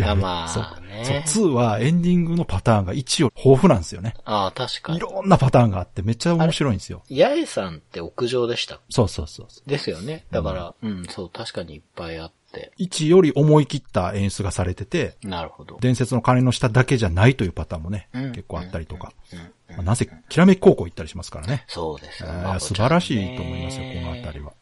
Speaker 2: や
Speaker 3: いやまあ
Speaker 2: そう
Speaker 3: ね
Speaker 2: そう2はエンディングのパターンが1より豊富なんですよね。
Speaker 3: ああ、確か
Speaker 2: い
Speaker 3: に。
Speaker 2: ろんなパターンがあってめっちゃ面白いんですよ。
Speaker 3: 八重さんって屋上でした。
Speaker 2: そうそうそうそう。
Speaker 3: ですよね。だから、うん、そう、確かにいっぱいあって。
Speaker 2: 1より思い切った演出がされてて、
Speaker 3: なるほど。
Speaker 2: 伝説の鐘の下だけじゃないというパターンもね、
Speaker 3: うん
Speaker 2: 結構あったりとか。
Speaker 3: うん
Speaker 2: まあなぜ、きらめき高校行ったりしますからね。
Speaker 3: そうですよ
Speaker 2: えー
Speaker 3: まこ
Speaker 2: 素
Speaker 3: ちゃ
Speaker 2: 晴
Speaker 3: んね
Speaker 2: らしいと思いますよ、このあたりは。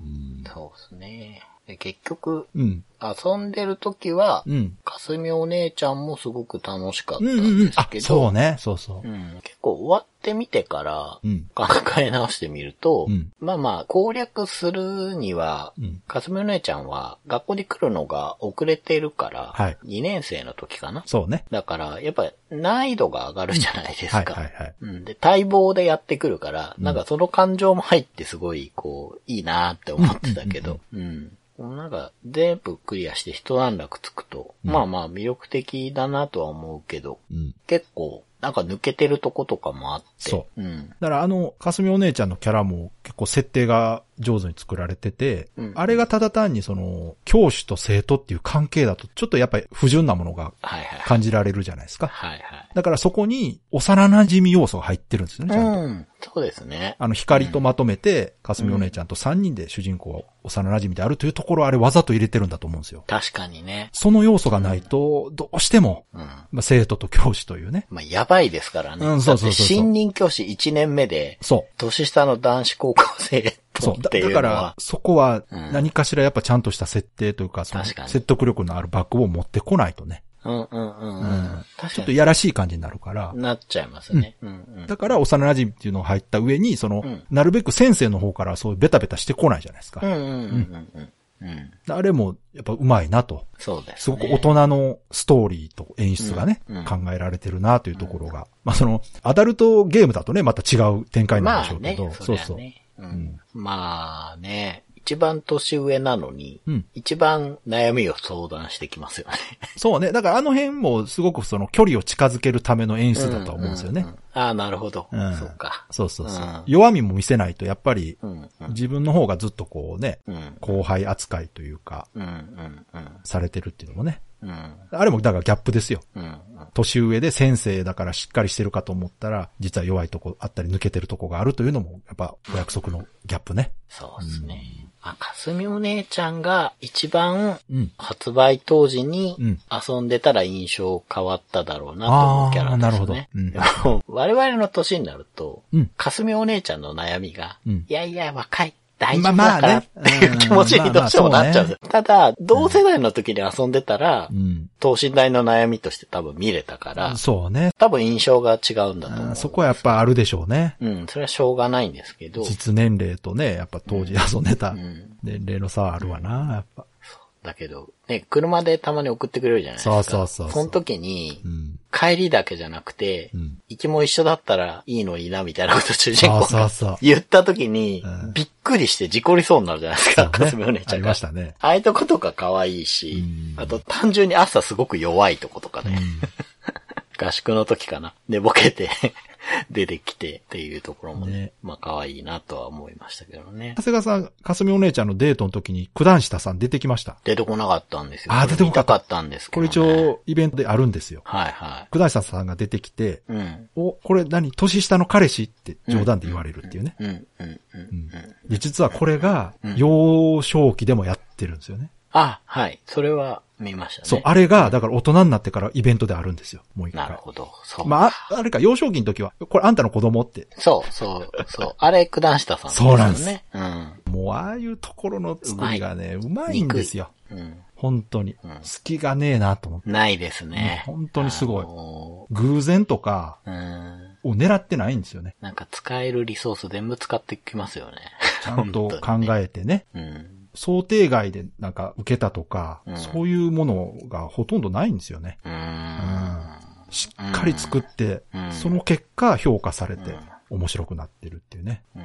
Speaker 3: うん。そう。そうですね。で結局、
Speaker 2: うん。
Speaker 3: 遊んでる時は
Speaker 2: う、ん。
Speaker 3: かすみお姉ちゃんもすごく楽しかった
Speaker 2: うんんうんう
Speaker 3: で
Speaker 2: ん。
Speaker 3: す
Speaker 2: あ、
Speaker 3: けど、
Speaker 2: そうね。そうそうう。
Speaker 3: ん結構終わってみてから
Speaker 2: う、ん。
Speaker 3: 考え直してみると、
Speaker 2: うん
Speaker 3: まあまあ、攻略するには、
Speaker 2: うん。
Speaker 3: かすみお姉ちゃんは学校に来るのが遅れてるから、
Speaker 2: はい
Speaker 3: 2年生の時かな。
Speaker 2: そうね。
Speaker 3: だから、やっぱ難易度が上がるじゃないですか。
Speaker 2: はいはいはい。
Speaker 3: うん、で、待望でやってくるから、
Speaker 2: うん
Speaker 3: なんかその感情も入ってすごい、こう、いいなーって思ってたけど、うん。なんか、全部クリアして一段落つくと、
Speaker 2: うん
Speaker 3: まあまあ魅力的だなとは思うけど、
Speaker 2: うん。
Speaker 3: 結構、なんか抜けてるとことかもあって、。
Speaker 2: そう
Speaker 3: ん。
Speaker 2: だからあの、かすみお姉ちゃんのキャラも結構設定が上手に作られてて、
Speaker 3: うん
Speaker 2: あれがただ単にその、教師と生徒っていう関係だとちょっとやっぱり不純なものが
Speaker 3: はいはい。
Speaker 2: 感じられるじゃないですか。
Speaker 3: はいはい。
Speaker 2: だからそこに幼馴染み要素が入ってるんですよね、ちゃんと。
Speaker 3: うん。そうですね。
Speaker 2: あの、光とまとめて、かすみお姉ちゃんと3人で主人公は幼馴染みであるというところをあれわざと入れてるんだと思うんですよ。
Speaker 3: 確かにね。
Speaker 2: その要素がないと、どうしても、
Speaker 3: うん。
Speaker 2: まあ、生徒と教師というね。
Speaker 3: まあ、やばいですからね。
Speaker 2: うんそうそうそうそう
Speaker 3: だって新任教師1年目で、
Speaker 2: そう。
Speaker 3: 年下の男子高校生と
Speaker 2: そう。
Speaker 3: っ
Speaker 2: だ
Speaker 3: てい
Speaker 2: だ
Speaker 3: う
Speaker 2: か
Speaker 3: の
Speaker 2: ら
Speaker 3: は、、
Speaker 2: そこは
Speaker 3: うん
Speaker 2: 何かしらやっぱちゃんとした設定というか、その
Speaker 3: 確かに
Speaker 2: 説得力のあるバックを持ってこないとね、
Speaker 3: うんうんうんう
Speaker 2: うん
Speaker 3: ん。確
Speaker 2: ちょっ
Speaker 3: か
Speaker 2: と
Speaker 3: に
Speaker 2: いやらしい感じになるから、
Speaker 3: なっちゃいますね。うんうん。
Speaker 2: だから幼馴染っていうのが入った上に、その
Speaker 3: うん、
Speaker 2: なるべく先生の方からそういうベタベタしてこないじゃないです
Speaker 3: う
Speaker 2: か。
Speaker 3: んうんうんうんうん。うん。
Speaker 2: あれもやっぱうまいなと。
Speaker 3: そうです
Speaker 2: す
Speaker 3: ね。
Speaker 2: ごく大人のストーリーと演出がね、
Speaker 3: うんうん
Speaker 2: 考えられてるなというところが。まあその、アダルトゲームだとね、また違う展開なん
Speaker 3: ま
Speaker 2: でし
Speaker 3: あ
Speaker 2: ょうけ
Speaker 3: ね
Speaker 2: ど、、
Speaker 3: そりゃ
Speaker 2: そう。
Speaker 3: ね。うんまあね、一番年上なのに、
Speaker 2: うん
Speaker 3: 一番悩みを相談してきますよね。
Speaker 2: そうね。だからあの辺もすごくその距離を近づけるための演出だとは思うんですよね。
Speaker 3: ううああ、なるほど。
Speaker 2: うん
Speaker 3: そうか。
Speaker 2: そうそうそう。
Speaker 3: うん
Speaker 2: 弱みも見せないと、やっぱり
Speaker 3: うん、うん、
Speaker 2: 自分の方がずっとこうね、
Speaker 3: うん、
Speaker 2: 後輩扱いというか、
Speaker 3: うん、うん、うん、
Speaker 2: されてるっていうのもね。
Speaker 3: うん、
Speaker 2: あれもだからギャップですよ。
Speaker 3: うん、うん
Speaker 2: 年上で先生だからしっかりしてるかと思ったら、実は弱いとこあったり抜けてるとこがあるというのも、やっぱお約束のギャップね。
Speaker 3: そうですね。あ、かすみお姉ちゃんが一番
Speaker 2: うん。
Speaker 3: 発売当時に
Speaker 2: うん
Speaker 3: 遊んでたら印象変わっただろうなと思
Speaker 2: あ
Speaker 3: うキャ
Speaker 2: あ、
Speaker 3: ラ
Speaker 2: な
Speaker 3: で
Speaker 2: るほ
Speaker 3: すよ
Speaker 2: ど。
Speaker 3: ね。
Speaker 2: うん。
Speaker 3: 我々の年になると、
Speaker 2: うん。
Speaker 3: かすみお姉ちゃんの悩みが、
Speaker 2: うん
Speaker 3: いやいや、若い。大
Speaker 2: まあ
Speaker 3: 丈夫
Speaker 2: ま
Speaker 3: だ
Speaker 2: あ
Speaker 3: からっ
Speaker 2: ね
Speaker 3: ていう気持ちにどうしてもなっちゃうんですよ。ただ、同世代の時に遊んでたら
Speaker 2: う、ん。
Speaker 3: 等身大の悩みとして多分見れたから、
Speaker 2: そうね。
Speaker 3: 多分印象が違うんだと
Speaker 2: あ
Speaker 3: 思
Speaker 2: ー
Speaker 3: う。
Speaker 2: そこはやっぱあるでしょうね。
Speaker 3: うん、それはしょうがないんですけど、
Speaker 2: 実年齢とね、やっぱ当時遊んでた
Speaker 3: ん
Speaker 2: 年齢の差はあるわな、やっぱ。
Speaker 3: だけど、ね、車でたまに送ってくれるじゃないですか。
Speaker 2: そうそうそうそう
Speaker 3: その時に
Speaker 2: う、ん。
Speaker 3: 帰りだけじゃなくて、
Speaker 2: うん
Speaker 3: 行きも一緒だったらいいのにな、みたいなこと主人
Speaker 2: そ
Speaker 3: 公
Speaker 2: う
Speaker 3: が
Speaker 2: そうそう。
Speaker 3: 言った時に、
Speaker 2: うん
Speaker 3: びっくりして事故りそうになるじゃないですか、かす みお姉ち
Speaker 2: あ
Speaker 3: ゃん
Speaker 2: り
Speaker 3: が
Speaker 2: まし。たね。
Speaker 3: ああいうとことか可愛いし、
Speaker 2: うん
Speaker 3: あと単純に朝すごく弱いとことかね、 合宿の時かな、寝ぼけて 出てきてっていうところもね、
Speaker 2: ね
Speaker 3: まあ可愛いなとは思いましたけどね
Speaker 2: 長。谷川さん、かすみお姉ちゃんのデートの時に、九段下さん出てきました。
Speaker 3: 出てこなかったんですよ。
Speaker 2: あー出てこなかった
Speaker 3: 見たかったんですけ
Speaker 2: こ
Speaker 3: ど、
Speaker 2: れ
Speaker 3: ね。
Speaker 2: 一応、イベントであるんですよ。
Speaker 3: はいは
Speaker 2: 九段下さんが出てきて、
Speaker 3: い。うん。
Speaker 2: お、これ何年下の彼氏って冗談で言われるっていうね。
Speaker 3: うん、うん、う。
Speaker 2: うんん。で、実はこれが、幼少期でもやってるんですよね。
Speaker 3: あ、はい。それは見ましたね。
Speaker 2: そう、あれが、だから大人になってからイベントであるんですよ。もう一
Speaker 3: なる
Speaker 2: 回。
Speaker 3: ほど。そう。
Speaker 2: まあ、ああれか、幼少期の時は、これあんたの子供って、
Speaker 3: そう、そう、そう。あれ、九段下さん、
Speaker 2: そうなんです
Speaker 3: ね。うん。
Speaker 2: もうああいうところの作りがね、うまいんですよ。
Speaker 3: うん。
Speaker 2: 本当に。隙がねえなと思って。
Speaker 3: ないですね。
Speaker 2: うん本当にすごい
Speaker 3: あの
Speaker 2: 偶然とか
Speaker 3: ーう
Speaker 2: を
Speaker 3: ん。
Speaker 2: 狙ってないんですよね。
Speaker 3: なんか使えるリソース全部使ってきますよね。
Speaker 2: ちゃんと考えてね。
Speaker 3: うん。
Speaker 2: 想定外でなんか受けたとか、
Speaker 3: うん
Speaker 2: そういうものがほとんどないんですよね。
Speaker 3: う。
Speaker 2: うんん。しっかり作って、
Speaker 3: うん
Speaker 2: その結果評価されて、面白くなってるっていうね。
Speaker 3: うん。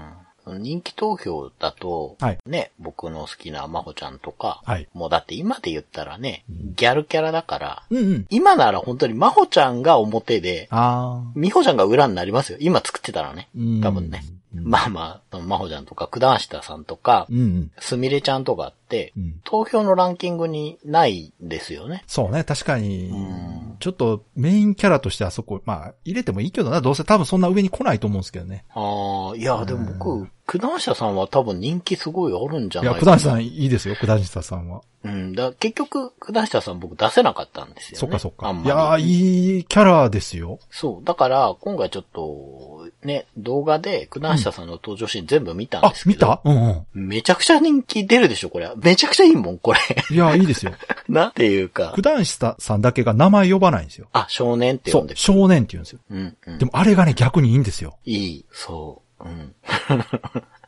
Speaker 3: 人気投票だと、
Speaker 2: はい
Speaker 3: ね、僕の好きなまほちゃんとか、
Speaker 2: はい
Speaker 3: もうだって今で言ったらね、ギャルキャラだから、
Speaker 2: うんうん。
Speaker 3: 今なら本当にまほちゃんが表で、
Speaker 2: ああ。
Speaker 3: みほちゃんが裏になりますよ。今作ってたらね
Speaker 2: うん。
Speaker 3: 多分ね。
Speaker 2: うん
Speaker 3: まあまあ、まほちゃんとか、九段下さんとか
Speaker 2: う、んうん。
Speaker 3: すみれちゃんとかって
Speaker 2: うん、
Speaker 3: 投票のランキングにないんですよね。
Speaker 2: そうね、確かに
Speaker 3: ん、
Speaker 2: ちょっとメインキャラとしてあそこ、まあ、入れてもいいけどな、どうせ多分そんな上に来ないと思うんですけどね。
Speaker 3: ああ、いや、でも僕、九段下さんは多分人気すごいあるんじゃ
Speaker 2: い
Speaker 3: な
Speaker 2: や、
Speaker 3: いか
Speaker 2: 九段下さんいいですよ、九段下さんは。
Speaker 3: うん、だ結局、九段下さん僕出せなかったんですよ、ね。
Speaker 2: そっかそっか。
Speaker 3: あん
Speaker 2: い
Speaker 3: まり。
Speaker 2: やー、いいキャラですよ。
Speaker 3: そう。だから、今回ちょっと、ね、動画で九段下さんの登場シーン全部見たん
Speaker 2: あ
Speaker 3: で、すけ
Speaker 2: 見
Speaker 3: ど。
Speaker 2: たうんうん。
Speaker 3: めちゃくちゃ人気出るでしょ、これ。めちゃくちゃいいもん、これ。
Speaker 2: いやー、いいですよ。
Speaker 3: なんていうか
Speaker 2: 九。段下さんだけが名前呼ばないんですよ。
Speaker 3: あ、少年って
Speaker 2: そ
Speaker 3: 呼ん
Speaker 2: う
Speaker 3: で、く
Speaker 2: 少年って言うんですよ。
Speaker 3: る。うん、うん。
Speaker 2: でもあれがね、逆にいいんですよ。
Speaker 3: いい。そう。うん。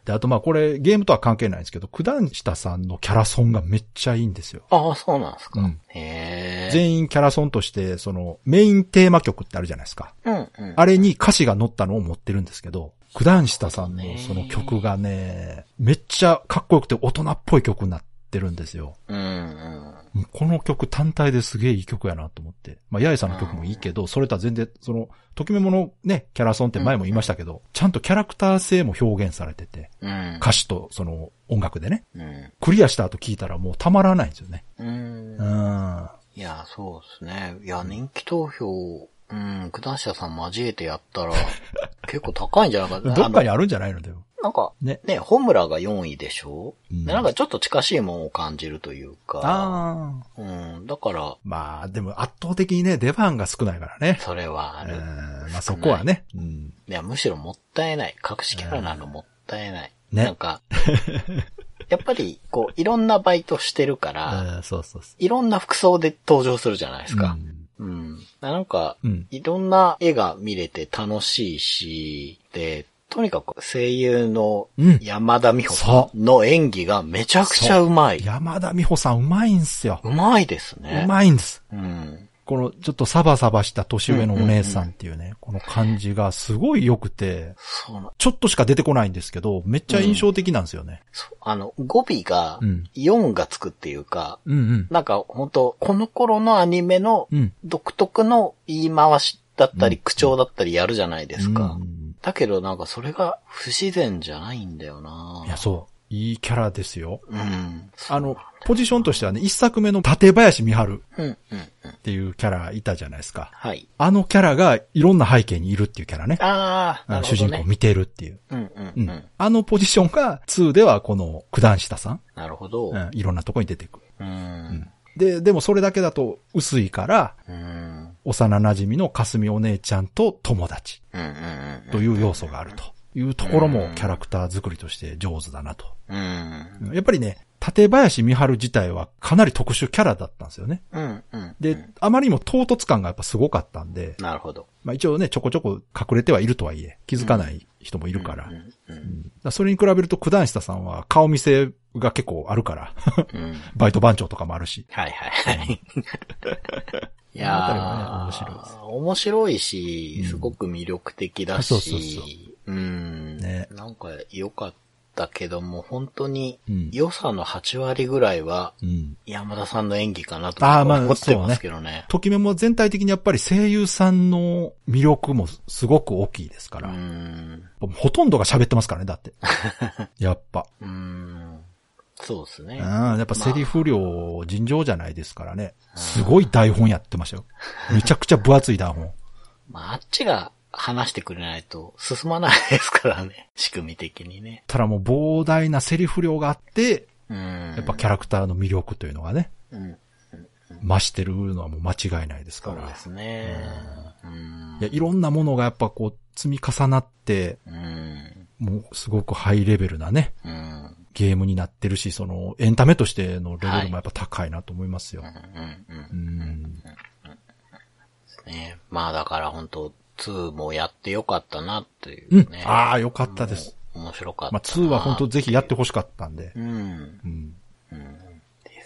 Speaker 2: で、あとまあこれゲームとは関係ないんですけど、九段下さんのキャラソンがめっちゃいいんですよ。
Speaker 3: ああ、そうなんですか。
Speaker 2: うん
Speaker 3: へえ。
Speaker 2: 全員キャラソンとして、そのメインテーマ曲ってあるじゃないですか。
Speaker 3: うん、うん。
Speaker 2: あれに歌詞が載ったのを持ってるんですけど、九段下さんのその曲がね、めっちゃかっこよくて大人っぽい曲になってるんですよ。
Speaker 3: うん、うん。
Speaker 2: もうこの曲単体ですげえいい曲やなと思って。まあ、八重さんの曲もいいけど、それとは全然、その、ときめものね、キャラソンって前も言いましたけど、ちゃんとキャラクター性も表現されてて、
Speaker 3: うん。
Speaker 2: 歌詞とその音楽でね、
Speaker 3: うん。
Speaker 2: クリアした後聞いたらもうたまらないんですよね。
Speaker 3: うん
Speaker 2: う。ん。
Speaker 3: いや、そうですね。いや、人気投票、うん、九段下さん交えてやっ たら、結構高いんじゃないかな。
Speaker 2: どっかに
Speaker 3: あ
Speaker 2: あるんじゃないのだよ。
Speaker 3: のなんか、
Speaker 2: ね
Speaker 3: ね。本村が4位でしょ、
Speaker 2: うん
Speaker 3: でなんかちょっと近しいものを感じるというか、
Speaker 2: ああ。
Speaker 3: うん、だから、
Speaker 2: まあ、でも圧倒的にね、出番が少ないからね。
Speaker 3: それはあ
Speaker 2: う
Speaker 3: る。
Speaker 2: ん。まあそこはね。うん。
Speaker 3: いや、むしろもったいない。隠しキャラなのもったいな
Speaker 2: うん
Speaker 3: い。
Speaker 2: ね
Speaker 3: なんか、やっぱり、こう、いろんなバイトしてるから、
Speaker 2: うんそうそうそ
Speaker 3: いろんな服装で登場するじゃないです
Speaker 2: う
Speaker 3: か。
Speaker 2: ん
Speaker 3: うん。なんか、
Speaker 2: うん
Speaker 3: いろんな絵が見れて楽しいし、で、とにかく声優の
Speaker 2: うん
Speaker 3: 山田美穂さんの演技がめちゃくちゃうまい。
Speaker 2: 山田美穂さんうまいんすよ。
Speaker 3: うまいですね。
Speaker 2: うまいんです。
Speaker 3: うん。
Speaker 2: このちょっとサバサバした年上のお姉さんっていうね、この感じがすごい良くて、
Speaker 3: そうな、
Speaker 2: ちょっとしか出てこないんですけど、めっちゃ印象的なんですよね。
Speaker 3: そうあの、語尾が
Speaker 2: うん、
Speaker 3: 4がつくっていうか、
Speaker 2: うんうん。
Speaker 3: なんか本当この頃のアニメの
Speaker 2: うん
Speaker 3: 独特の言い回しだったり、口調だったりやるじゃないですか。
Speaker 2: うん
Speaker 3: だけどなんかそれが不自然じゃないんだよない
Speaker 2: や、そう。いいキャラですよ。
Speaker 3: うん。
Speaker 2: あの、ポジションとしてはね、一作目の立林美春
Speaker 3: うん、うん、うん。
Speaker 2: っていうキャラいたじゃないですか。
Speaker 3: はい。
Speaker 2: あのキャラがいろんな背景にいるっていうキャラね。
Speaker 3: ああ、なる
Speaker 2: 主人
Speaker 3: ほど
Speaker 2: 公
Speaker 3: ね
Speaker 2: を。見てるっていう。
Speaker 3: うん、うん、
Speaker 2: う。
Speaker 3: うんん。
Speaker 2: あのポジションが2ではこの九段下さん、
Speaker 3: なるほど
Speaker 2: う。ん、いろんなとこに出てくる。
Speaker 3: うん。
Speaker 2: で、でもそれだけだと薄いから、
Speaker 3: うん。うん、
Speaker 2: 幼馴染みのかすみお姉ちゃんと友達
Speaker 3: うん、
Speaker 2: という要素があるというところもキャラクター作りとして上手だなと。
Speaker 3: うん。うん、
Speaker 2: やっぱりね、立林美春自体はかなり特殊キャラだったんですよね。
Speaker 3: うん、うん。
Speaker 2: で、あまりにも唐突感がやっぱすごかったんで、
Speaker 3: なるほど。
Speaker 2: まあ一応ね、ちょこちょこ隠れてはいるとはいえ、気づかない人もいるから。だ
Speaker 3: う
Speaker 2: か
Speaker 3: ん、うん、
Speaker 2: らそれに比べると九段下さんは顔見せが結構あるから、
Speaker 3: うん。
Speaker 2: バイト番長とかもあるし。
Speaker 3: はいは いはい。
Speaker 2: この辺り
Speaker 3: いや
Speaker 2: はね面白いです
Speaker 3: ー、面白いし、すごく魅力的だ
Speaker 2: そうそうそう
Speaker 3: し、うん。
Speaker 2: ね
Speaker 3: なんか良かったけども、本当に
Speaker 2: うん
Speaker 3: 良さの8割ぐらいは
Speaker 2: うん。
Speaker 3: 山田さんの演技かなと
Speaker 2: あーまあ
Speaker 3: 思ってますけどね。
Speaker 2: ときめも全体的にやっぱり声優さんの魅力もすごく大きいですか
Speaker 3: う
Speaker 2: ら。
Speaker 3: ん。
Speaker 2: ほとんどが喋ってますからね、だ って。やっぱ。
Speaker 3: うん。そうです
Speaker 2: うん。
Speaker 3: ね。
Speaker 2: やっぱセリフ量尋常じゃないですからね。すごい台本やってましたよ。めちゃくちゃ分厚い台本。
Speaker 3: まあ、あっちが話してくれないと進まないですからね。仕組み的にね。
Speaker 2: ただもう膨大なセリフ量があって、
Speaker 3: うん。
Speaker 2: やっぱキャラクターの魅力というのがね、
Speaker 3: うん。
Speaker 2: 増してるのはもう間違いないですか
Speaker 3: そう
Speaker 2: ら。
Speaker 3: ですね。うん
Speaker 2: いや、いろんなものがやっぱこう積み重なって、
Speaker 3: うん。
Speaker 2: もうすごくハイレベルなね、
Speaker 3: うん。うん
Speaker 2: ゲームになってるし、そのエンタメとしてのレベルもやっぱ高いなと思いますよ。
Speaker 3: うん。うん。
Speaker 2: う
Speaker 3: で
Speaker 2: ん。
Speaker 3: すね。まあだから本当2もやってよかったなっていううんね。。
Speaker 2: ああ、よかったです。
Speaker 3: 面白かった
Speaker 2: ま
Speaker 3: な。
Speaker 2: あ、2は本当ぜひやってほしかったんで
Speaker 3: う。ん。
Speaker 2: うん。
Speaker 3: うん。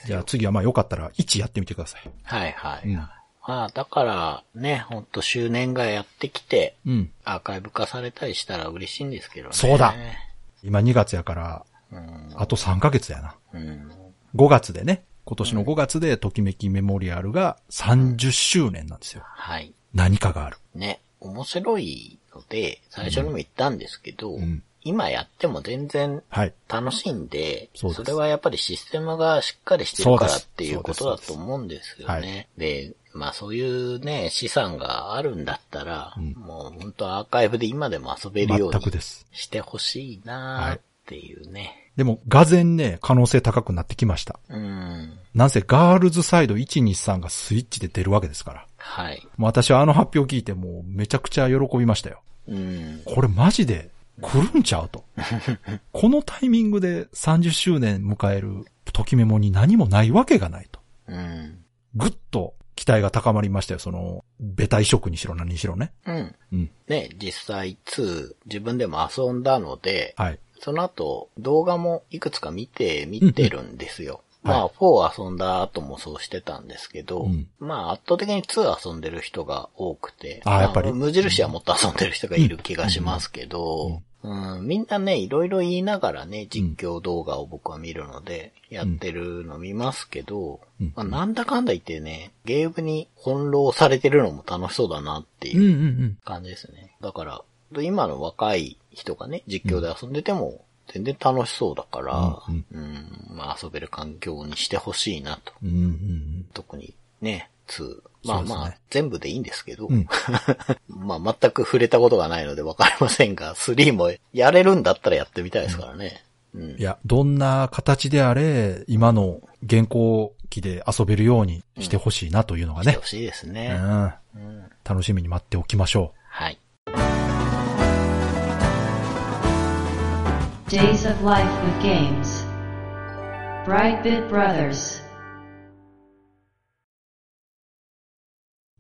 Speaker 2: じゃあ次はまあよかったら1やってみてください。
Speaker 3: はいはい。
Speaker 2: うん
Speaker 3: まあだからね、本当周年がやってきて、
Speaker 2: うん。
Speaker 3: アーカイブ化されたりしたら嬉しいんですけどね。
Speaker 2: そうだ今2月やから、
Speaker 3: うん。
Speaker 2: あと3ヶ月やな。
Speaker 3: うん。
Speaker 2: 5月でね、今年の5月でときめきメモリアルが30周年なんですよ。
Speaker 3: はい。
Speaker 2: 何かがある。
Speaker 3: ね、面白いので、最初にも言ったんですけど、
Speaker 2: うん
Speaker 3: 今やっても全然
Speaker 2: はい。
Speaker 3: 楽しいんで、
Speaker 2: そう
Speaker 3: そ
Speaker 2: です
Speaker 3: れはやっぱりシステムがしっかりしてる
Speaker 2: そ
Speaker 3: か
Speaker 2: う
Speaker 3: ら
Speaker 2: で
Speaker 3: っ
Speaker 2: す
Speaker 3: ていうことだと思うんですよ
Speaker 2: そうです
Speaker 3: ね。でまあそういうね、資産があるんだったら、
Speaker 2: ん
Speaker 3: もう本当アーカイブで今でも遊べるよう
Speaker 2: 全
Speaker 3: に
Speaker 2: くです。
Speaker 3: してほしいなーっていうね。
Speaker 2: でも、がぜんね、可能性高くなってきました。
Speaker 3: うん。
Speaker 2: なんせ、ガールズサイド123がスイッチで出るわけですから。
Speaker 3: はい。
Speaker 2: もう私はあの発表を聞いてもうめちゃくちゃ喜びましたよ。
Speaker 3: うん。
Speaker 2: これマジで来るんちゃうと。このタイミングで30周年迎えるときメモに何もないわけがないと。
Speaker 3: うん。
Speaker 2: ぐっと期待が高まりましたよ。その、ベタ移植にしろ何にしろね。
Speaker 3: うん。
Speaker 2: うん。
Speaker 3: ね、実際2、自分でも遊んだので、
Speaker 2: はい。
Speaker 3: その後、動画もいくつか見て、見てるんですよ。
Speaker 2: うんうん
Speaker 3: まあ、4遊んだ後もそうしてたんですけど、
Speaker 2: うん
Speaker 3: まあ、圧倒的に2遊んでる人が多くて、
Speaker 2: あーやっぱり
Speaker 3: ま無印はもっと遊んでる人がいる気がしますけど、うん、みんなね、いろいろ言いながらね、実況動画を僕は見るので、やってるの見ますけど、
Speaker 2: うん
Speaker 3: まあ、なんだかんだ言ってね、ゲームに翻弄されてるのも楽しそうだなっていう
Speaker 2: うんうんうん。
Speaker 3: 感じですね。だから、今の若い人がね、実況で遊んでても、全然楽しそうだから、
Speaker 2: う
Speaker 3: うんん、まあ遊べる環境にしてほしいなと。
Speaker 2: うんうん
Speaker 3: 特にね、2。まあま
Speaker 2: そう
Speaker 3: あ、
Speaker 2: ですね
Speaker 3: 全部でいいんですけど、
Speaker 2: うん。うん。
Speaker 3: まあ全く触れたことがないのでわかりませんが、3もやれるんだったらやってみたいですからね。うん
Speaker 2: い。や、どんな形であれ、今の現行機で遊べるようにしてほしいなというのが
Speaker 3: して
Speaker 2: ね
Speaker 3: ほ。しいです
Speaker 2: う
Speaker 3: ね。
Speaker 2: ん。
Speaker 3: うん。
Speaker 2: 楽しみに待っておきましょ
Speaker 3: はい。
Speaker 1: Days of Life with Games. Brightbit Brothers.
Speaker 2: う。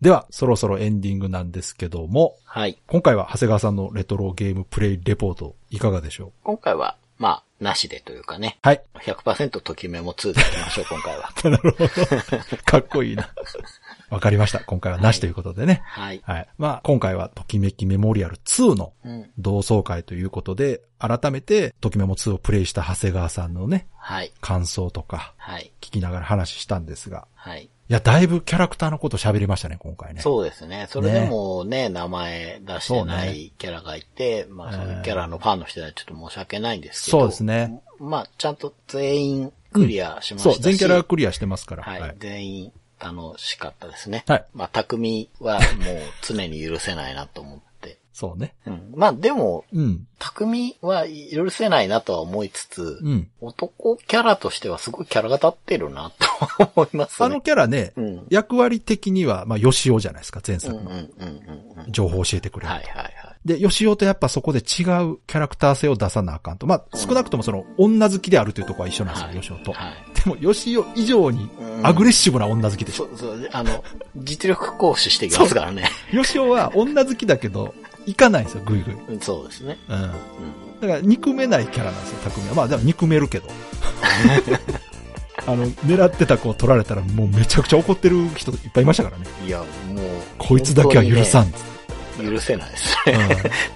Speaker 2: では、そろそろエンディングなんですけども、
Speaker 3: はい。
Speaker 2: 今回は長谷川さんのレトロゲームプレイレポートいかがでしょう
Speaker 3: 今回は、まあ、なしでというかね、
Speaker 2: はい。
Speaker 3: 100%ときめも2でいきましょう、今回は。
Speaker 2: なるほど。かっこいいな。わかりました。今回はなしということでね。
Speaker 3: はい。
Speaker 2: はい。まあ、今回は、ときめきメモリアル2の
Speaker 3: うん。
Speaker 2: 同窓会ということで、改めて、ときメモ2をプレイした長谷川さんのね、
Speaker 3: はい。
Speaker 2: 感想とか、
Speaker 3: はい。
Speaker 2: 聞きながら話したんですが、
Speaker 3: はい。
Speaker 2: いや、だいぶキャラクターのこと喋りましたね、今回ね。
Speaker 3: そうですね。それでもね、名前出してな
Speaker 2: そう
Speaker 3: いキャラがいて、まあそういうキャラのファンの人にはちょっと申し訳ないんですけど。
Speaker 2: そうですね。
Speaker 3: まあちゃんと全員クリアしました
Speaker 2: そう
Speaker 3: し、、
Speaker 2: 全キャラクリアしてますから。
Speaker 3: はい、全員楽しかったですね。
Speaker 2: はい
Speaker 3: まあ匠はもう常に許せないなと思って。
Speaker 2: そうね。
Speaker 3: うん。まあでも、
Speaker 2: うん。
Speaker 3: 匠は許せないなとは思いつつ、
Speaker 2: うん。
Speaker 3: 男キャラとしてはすごいキャラが立ってるなと思いますね。
Speaker 2: あのキャラね、
Speaker 3: うん
Speaker 2: 役割的には、まあ、吉尾じゃないですか、前
Speaker 3: うん
Speaker 2: 作
Speaker 3: うんう
Speaker 2: の。
Speaker 3: んうんうん。
Speaker 2: 情報を教えてくれる。
Speaker 3: はいはいはい。
Speaker 2: で、吉尾とやっぱそこで違うキャラクター性を出さなあかんと。まあ、少なくともその、女好きであるというところは一緒なんですよ、
Speaker 3: はい
Speaker 2: 吉尾と。
Speaker 3: はい。
Speaker 2: でも、吉尾以上に、アグレッシブな女好きでしょ。
Speaker 3: そうそう、あの、実力行使していきますからね。
Speaker 2: 吉尾は女好きだけど、行かないんですよ、ぐいぐい。
Speaker 3: うんそうですね。
Speaker 2: うん。
Speaker 3: うん。
Speaker 2: だから憎めないキャラなんですよ、匠は。まあでも憎めるけど。あの、狙ってた子を取られたらもうめちゃくちゃ怒ってる人いっぱいいましたからね。
Speaker 3: いや、もう。
Speaker 2: こいつだけは許さんっつって。
Speaker 3: 本当にね許せないですね。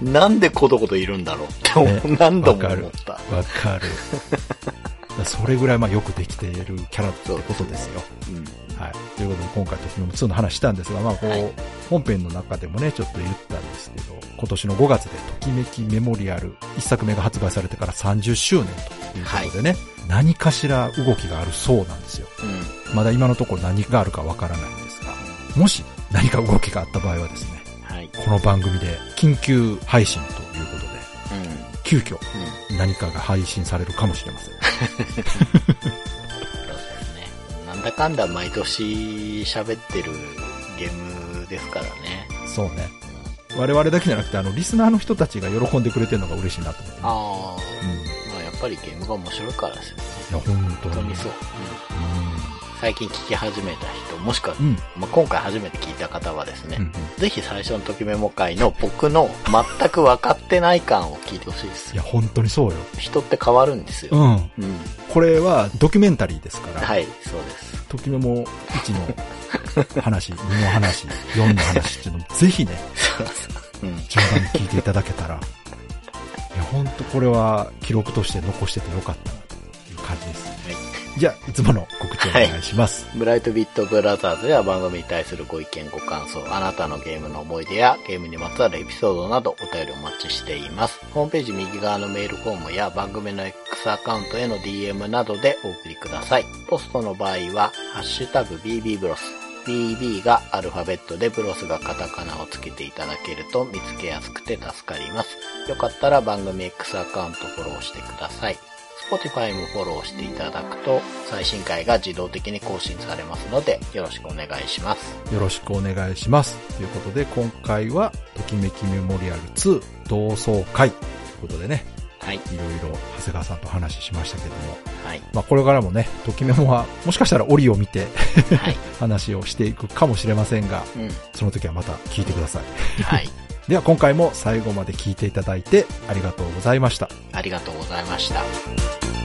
Speaker 3: なんでこどこといるんだろうって思う、
Speaker 2: ね
Speaker 3: 何度も思った。
Speaker 2: うんわかる。だからそれぐらいまあよくできているキャラってことですよ。
Speaker 3: うん。
Speaker 2: はい。ということで今回とフィルム2の話したんですが、まあこう、
Speaker 3: はい
Speaker 2: 本編の中でもね、ちょっと言ったんですけど、今年の5月でときめきメモリアル1作目が発売されてから30周年ということでね、何かしら動きがあるそうなんですよ。
Speaker 3: うん。
Speaker 2: まだ今のところ何があるかわからないんですが、もし何か動きがあった場合はですね、
Speaker 3: はい。
Speaker 2: この番組で緊急配信ということで、
Speaker 3: うん。
Speaker 2: 急遽
Speaker 3: うん。
Speaker 2: 何かが配信されるかもしれません。
Speaker 3: そうですね。なんだかんだ毎年喋ってるゲームですからね。
Speaker 2: そうね。我々だけじゃなくて、あの、リスナーの人たちが喜んでくれてるのが嬉しいなと思ってね、
Speaker 3: あ
Speaker 2: う
Speaker 3: あ。
Speaker 2: ん。い
Speaker 3: まあやっぱりゲームが面白いからですよね。
Speaker 2: や、本当
Speaker 3: 本当に
Speaker 2: に。
Speaker 3: そう。うん最近聞き始めた人、もしくは、
Speaker 2: うん。うん。
Speaker 3: まあ、今回初めて聞いた方はですね、
Speaker 2: うんうん。
Speaker 3: ぜひ最初のときメモ会の僕の全く分かってない感を聞いてほしいで
Speaker 2: い
Speaker 3: す。
Speaker 2: や、本当にそうよ。
Speaker 3: 人って変わるんですよ。
Speaker 2: うん。
Speaker 3: うん。
Speaker 2: これはドキュメンタリーですから、
Speaker 3: はい、そうです。
Speaker 2: ときめも1の話、2の話、4の話っていうのも、ぜひね、
Speaker 3: そうそう。うん。
Speaker 2: 順番に聞いていただけたら、 いや、ほんとこれは記録として残しててよかったなという感じです。じゃあ、いつもの告知をお願いします。
Speaker 3: ブライトビットブラザーズでは番組に対するご意見、ご感想、あなたのゲームの思い出やゲームにまつわるエピソードなどお便りお待ちしています。ホームページ右側のメールフォームや番組の X アカウントへの DM などでお送りください。ポストの場合は、ハッシュタグ BB ブロス。BB がアルファベットでブロスがカタカナをつけていただけると見つけやすくて助かります。よかったら番組 X アカウントフォローしてください。Spotify もフォローしていただくと最新回が自動的に更新されますのでよろしくお願いします。
Speaker 2: よろしくお願いします。ということで、今回は、ときめきメモリアル2同窓会ということでね、
Speaker 3: はい。
Speaker 2: いろいろ長谷川さんと話ししましたけども、
Speaker 3: はい。
Speaker 2: まあこれからもね、ときメモは、もしかしたら折を見て
Speaker 3: はい。
Speaker 2: 話をしていくかもしれませんが、
Speaker 3: うん。
Speaker 2: その時はまた聞いてください。
Speaker 3: はい。
Speaker 2: では今回も最後まで聞いていただいてありがとうございました。
Speaker 3: ありがとうございました。